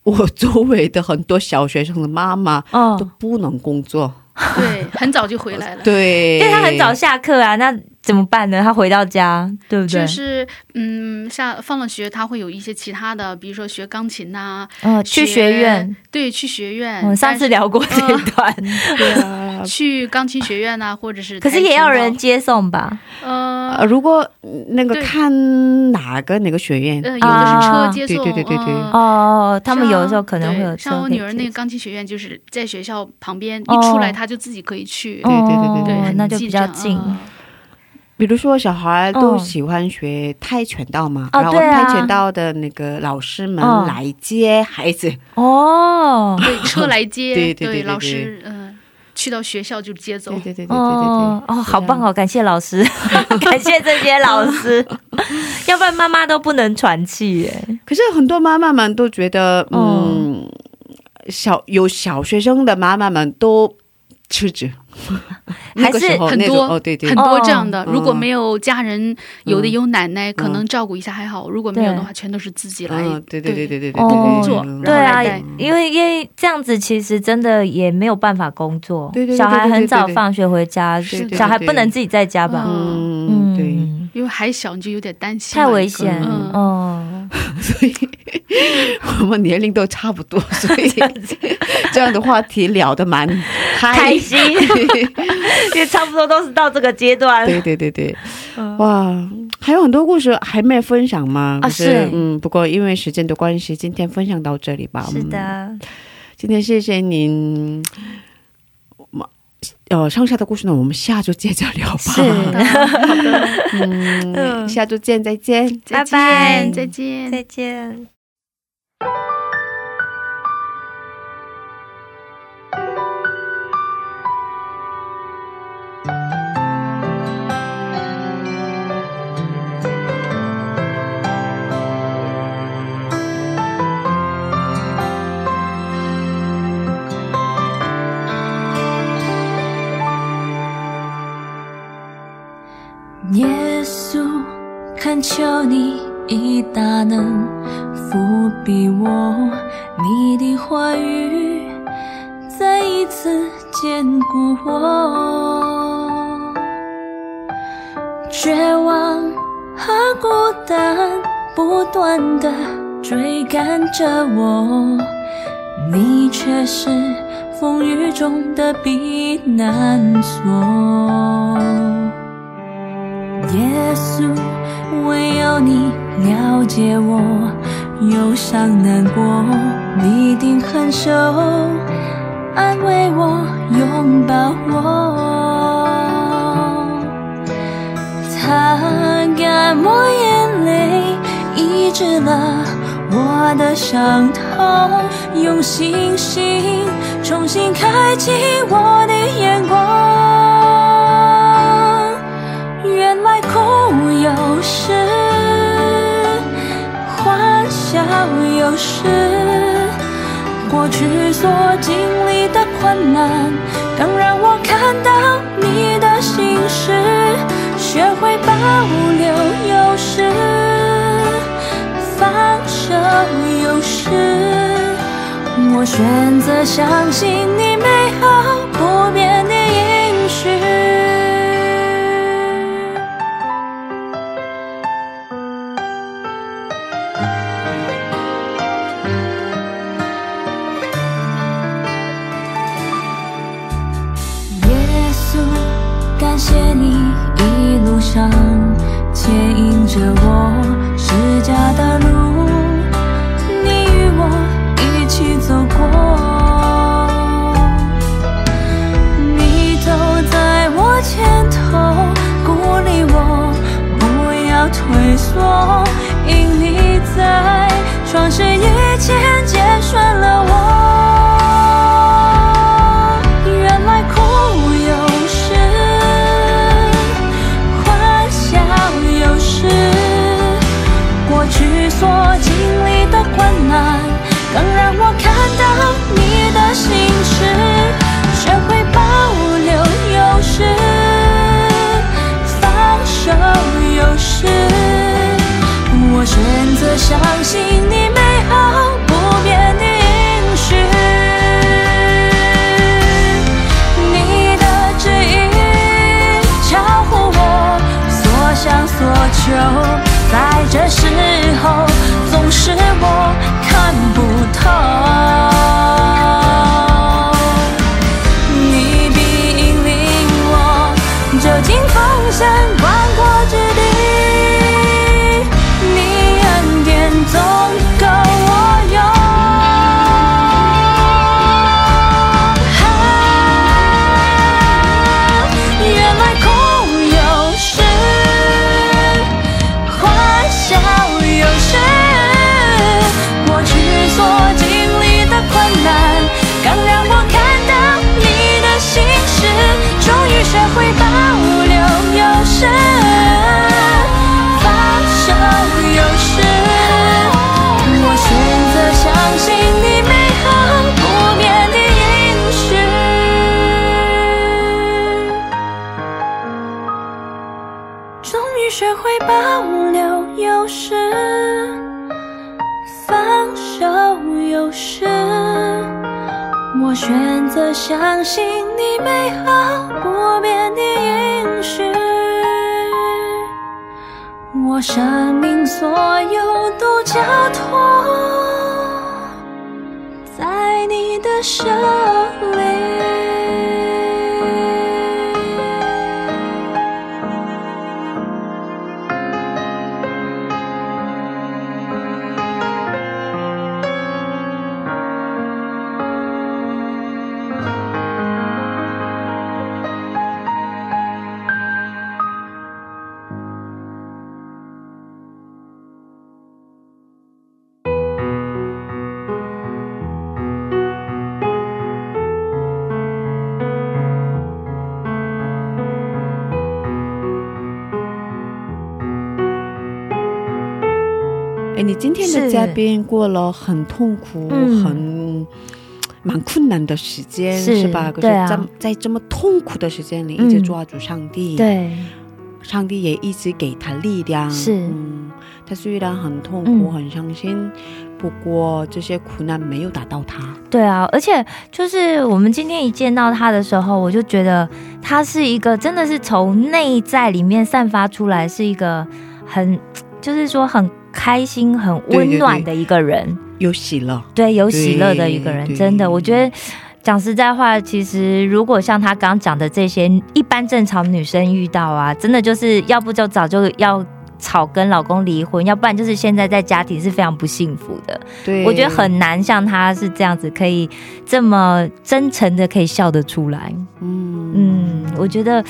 B: 我周围的很多小学生的妈妈
C: 哦
B: 都，不能工作，
F: 对，很早就回
C: [LAUGHS]
F: 来了。
B: 对，
C: 因为他很早下课啊，那怎么办呢？他回到家，对不对？
F: 就是嗯，下放了学他会有一些其他的，比如说学钢琴呐、
C: 嗯，去学院，
F: 对，去学院。
C: 我们上次聊过这一段，
F: 嗯
B: 对啊
F: 但是。去钢琴学院呐、
C: [LAUGHS]
F: 啊或者是
C: 可是
F: 跆
C: 也
F: 拳
C: 要
F: 道
C: 人接送吧？
F: 呃
B: 呃，如果那个
F: 对
B: 看哪个哪个学院，
F: 呃，有的是
C: 啊
F: 车接送，
B: 对对对对对
F: 嗯
C: 哦，他们有的时候可能会有
F: 对
C: 车
F: 像我
C: 可以
F: 女儿
C: 接
F: 那个钢琴学院，就是在学校旁边，
C: 哦
F: 一出来她就自己可以去。
B: 对对对对对
F: 对，
C: 哦
F: 很
C: 那就比较近
F: 这
B: 啊
F: 样。嗯
B: 比如说小孩
C: 嗯
B: 都喜欢学跆拳道嘛，
C: 哦
B: 然后
C: 对啊
B: 跆拳道的那个老师们
C: 嗯
B: 来接孩子，
C: 哦
F: 嗯
C: [LAUGHS]
F: 对，车来接，
B: 对对对对
F: 老
B: 对
F: 师，嗯、去到学校就接走
B: 对。对对对对对对
C: 哦哦，好棒哦！感谢老
B: [LAUGHS]
C: 师，感谢这些老师，要不然妈妈都不能喘气耶。
B: 可是很多妈妈们都觉得，嗯，
C: 嗯
B: 小有小学生的妈妈们都辞职，那个时候
F: 很
B: 那种
F: 多
B: 哦，对对
F: 很，多这样的，
B: 哦
F: 如果没有家人，有的有奶奶，可
B: 嗯
F: 能照顾一下还好；如果没有的话，全都是自己来。
B: 嗯，对对对对对对对，
C: 哦
B: 对
F: 工作
B: 嗯
C: 对啊
F: 然后来带，
C: 因为因为这样子其实真的也没有办法工作，
B: 对对对对
C: 小孩很
B: 对
C: 早
B: 对对
C: 放学回家，
B: 是的
C: 小孩不能自己在家吧？
F: 嗯，
B: 嗯，对，，
F: 因为还小，你就有点担心
C: 太
F: 了，
C: 危
F: 可
C: 险
F: 能
C: 了
F: 嗯，
C: 哦，
B: 所以 [LAUGHS] 我们年龄都差不多，所以 [LAUGHS] 这样的话题聊得蛮
C: 开
B: 嗨。
C: 心， [LAUGHS] 因为差不多都是到这个阶段嗯
B: 对
C: 了。
B: 对对对，哇，还有很多故事还没分享吗？
C: 啊
B: 可
C: 是
B: 嗯，不过因为时间的关系，今天分享到这里吧。
C: 是
B: 嗯
C: 的，
B: 今天谢谢您。我们呃，上下的故事呢，我们下周接着聊吧。
C: 是，
B: 嗯，下周见，再见。
C: [LAUGHS]
F: 再
C: 拜拜
F: 见再见。
C: 再见。
A: 耶稣，恳求你以大能伏笔我，你的话语再一次坚固我。绝望和孤单不断的追赶着我，你却是风雨中的避难所。耶稣，唯有你了解我忧伤难过，你定很手安慰我，拥抱我。他感抹眼泪，医治了我的伤痛，用信心重新开启我的眼光。原来苦有时，欢笑有时，过去所经历的困难，更让我看到你的心事。学会保留，有时放手，有时我选择相信你美好不变的应许。耶稣，感谢你一路上牵引着我施加的路，你与我一起走过。你走在我前头，鼓励我不要退缩，因你在创世以前拣选了我。原来苦有时，欢笑有时，过去所经历的困难，更让我看到你的心事。学会保留有时，放手有时，我选择相信你美好不变的应许。你的旨意超乎我所想所求，在这时候总是我看不透。你必引领我走进风山广阔之地，你恩典总够我用。啊，原来苦有时，欢笑有时，过去所经历的困难，更让我看到你的心事。终于学会保留有时，放手有时，我选择相信你美好不变的应许。终于学会保留有时，放手有时，我选择相信你美好不变的应许。我生命所有都交托在你的手里。
B: 哎，你今天的
C: 是
B: 嘉宾过了很痛苦，
C: 嗯
B: 很蛮困难的时间，
C: 是
B: 吧？可是
C: 对啊
B: 在、在这么痛苦的时间里，一直抓住上帝，，
C: 对，
B: 上帝也一直给他力量。
C: 是
B: 嗯，他虽然很痛苦、
C: 嗯
B: 很伤心，不过这些苦难没有打到他。
C: 对啊，而且就是我们今天一见到他的时候，我就觉得他是一个真的是从内在里面散发出来，是一个很就是说很开心、很温暖的一个人，
B: 有喜乐，
C: 对有喜乐的一个
B: 对
C: 人，
B: 对
C: 真的，我觉得。讲实在话，其实如果像他刚讲的这些，一般正常女生遇到啊，真的就是要不就早就要吵跟老公离婚，要不然就是现在在家庭是非常不幸福的。
B: 对，
C: 我觉得很难像他是这样子，可以这么真诚的可以笑得出来。
B: 嗯嗯，
C: 嗯，我觉得，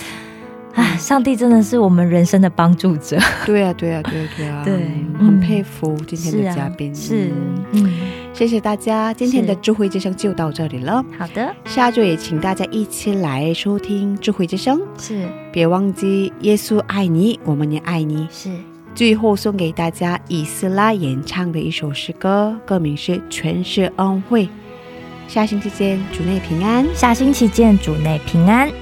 C: 啊，上帝真的是我们人生的帮助者。
B: 对啊，对啊，对啊，对啊，
C: [LAUGHS] 对
B: 嗯
C: 嗯
B: 很佩服今天
C: 是
B: 的
C: 啊
B: 嘉宾，
C: 是
B: 嗯，
C: 嗯，
B: 谢谢大家，今天的
C: 是
B: 智慧之声就到这里了。
C: 好的，
B: 下周也请大家一起来收听智慧之声，
C: 是
B: 别忘记耶稣爱你，我们也爱你。
C: 是，
B: 最后送给大家以斯拉演唱的一首诗歌，歌名是《全是恩惠》。下星期见，主内平安。
C: 下星期见，主内平安。
A: 我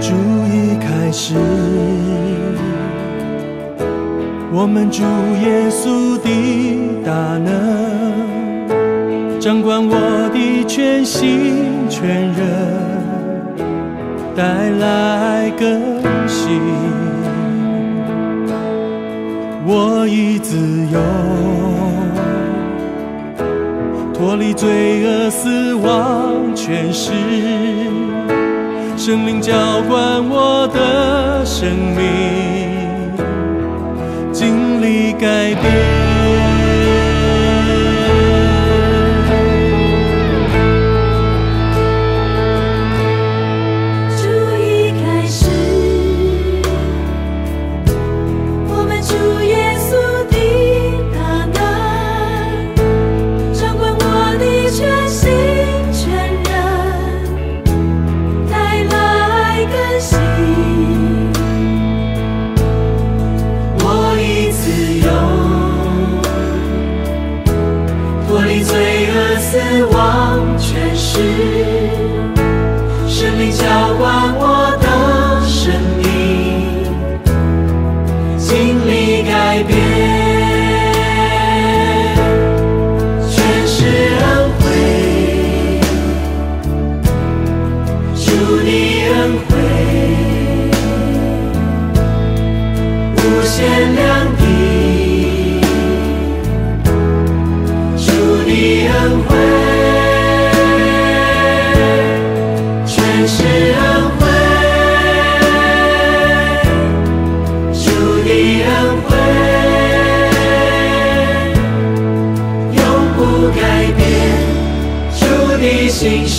D: 主一开始，我们主耶稣的大能，掌管我的全心全人，带来更新。我已自由，脱离罪恶、死亡、权势。生灵浇灌我的生命，经历改变。
A: 主一开始，我们主耶稣的大能，掌管我的全心全人，带来更新。
D: 我已自由，脱离罪恶、死亡、权势，神灵浇灌我的生命，经历改变，全是恩惠，主的恩惠。无限量的主的恩惠，全是恩惠，主的恩惠永不改变，主的心事，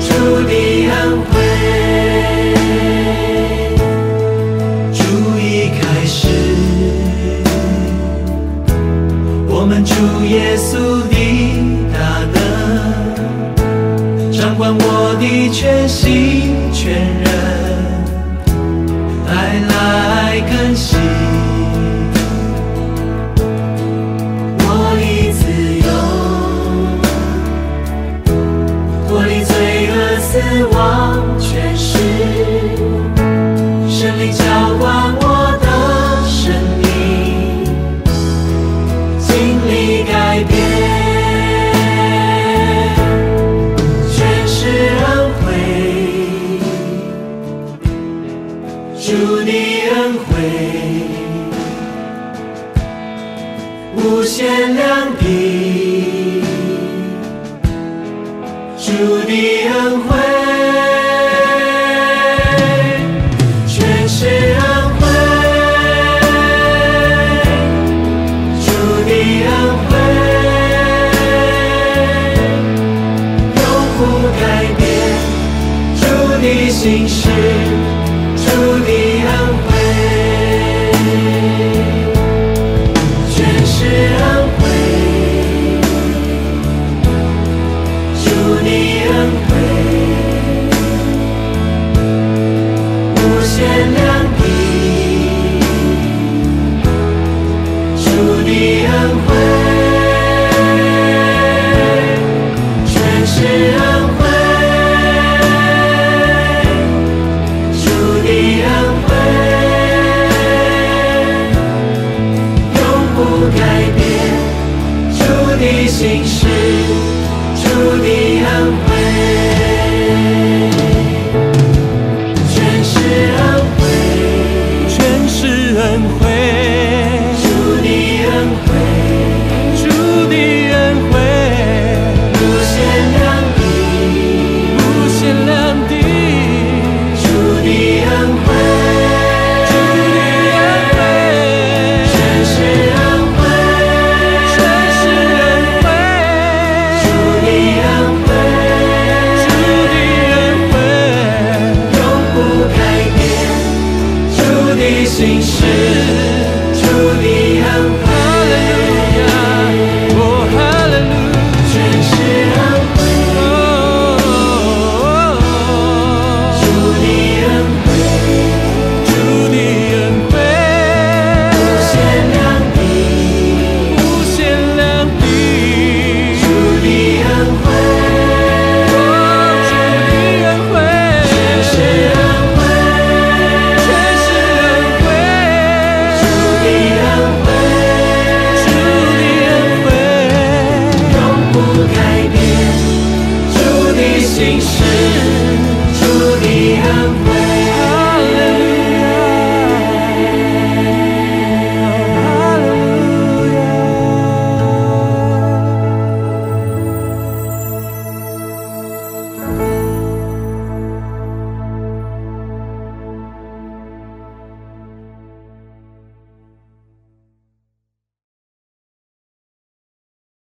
D: 主的恩惠。主一开始，我们主耶稣的大能，掌管我的全心全人，带来更新。我已自由，脱离罪恶、死亡、权势。神灵浇灌我的生命，经历改变，全是恩惠，主的恩惠，无限量的，主的恩惠。全是恩惠，主的恩惠永不改变，主的心事，主的恩惠，全是恩惠，主的恩惠。无限量的主的恩惠，全是恩惠，主的恩惠永不改变，主的心事，主的恩惠。全是恩惠，全是恩惠，主的恩惠，主的恩惠，无限量的，无限量的，主的恩惠，主的恩惠，全是恩惠，全是恩惠，主的恩惠。主的恩惠永不改变，主的心事，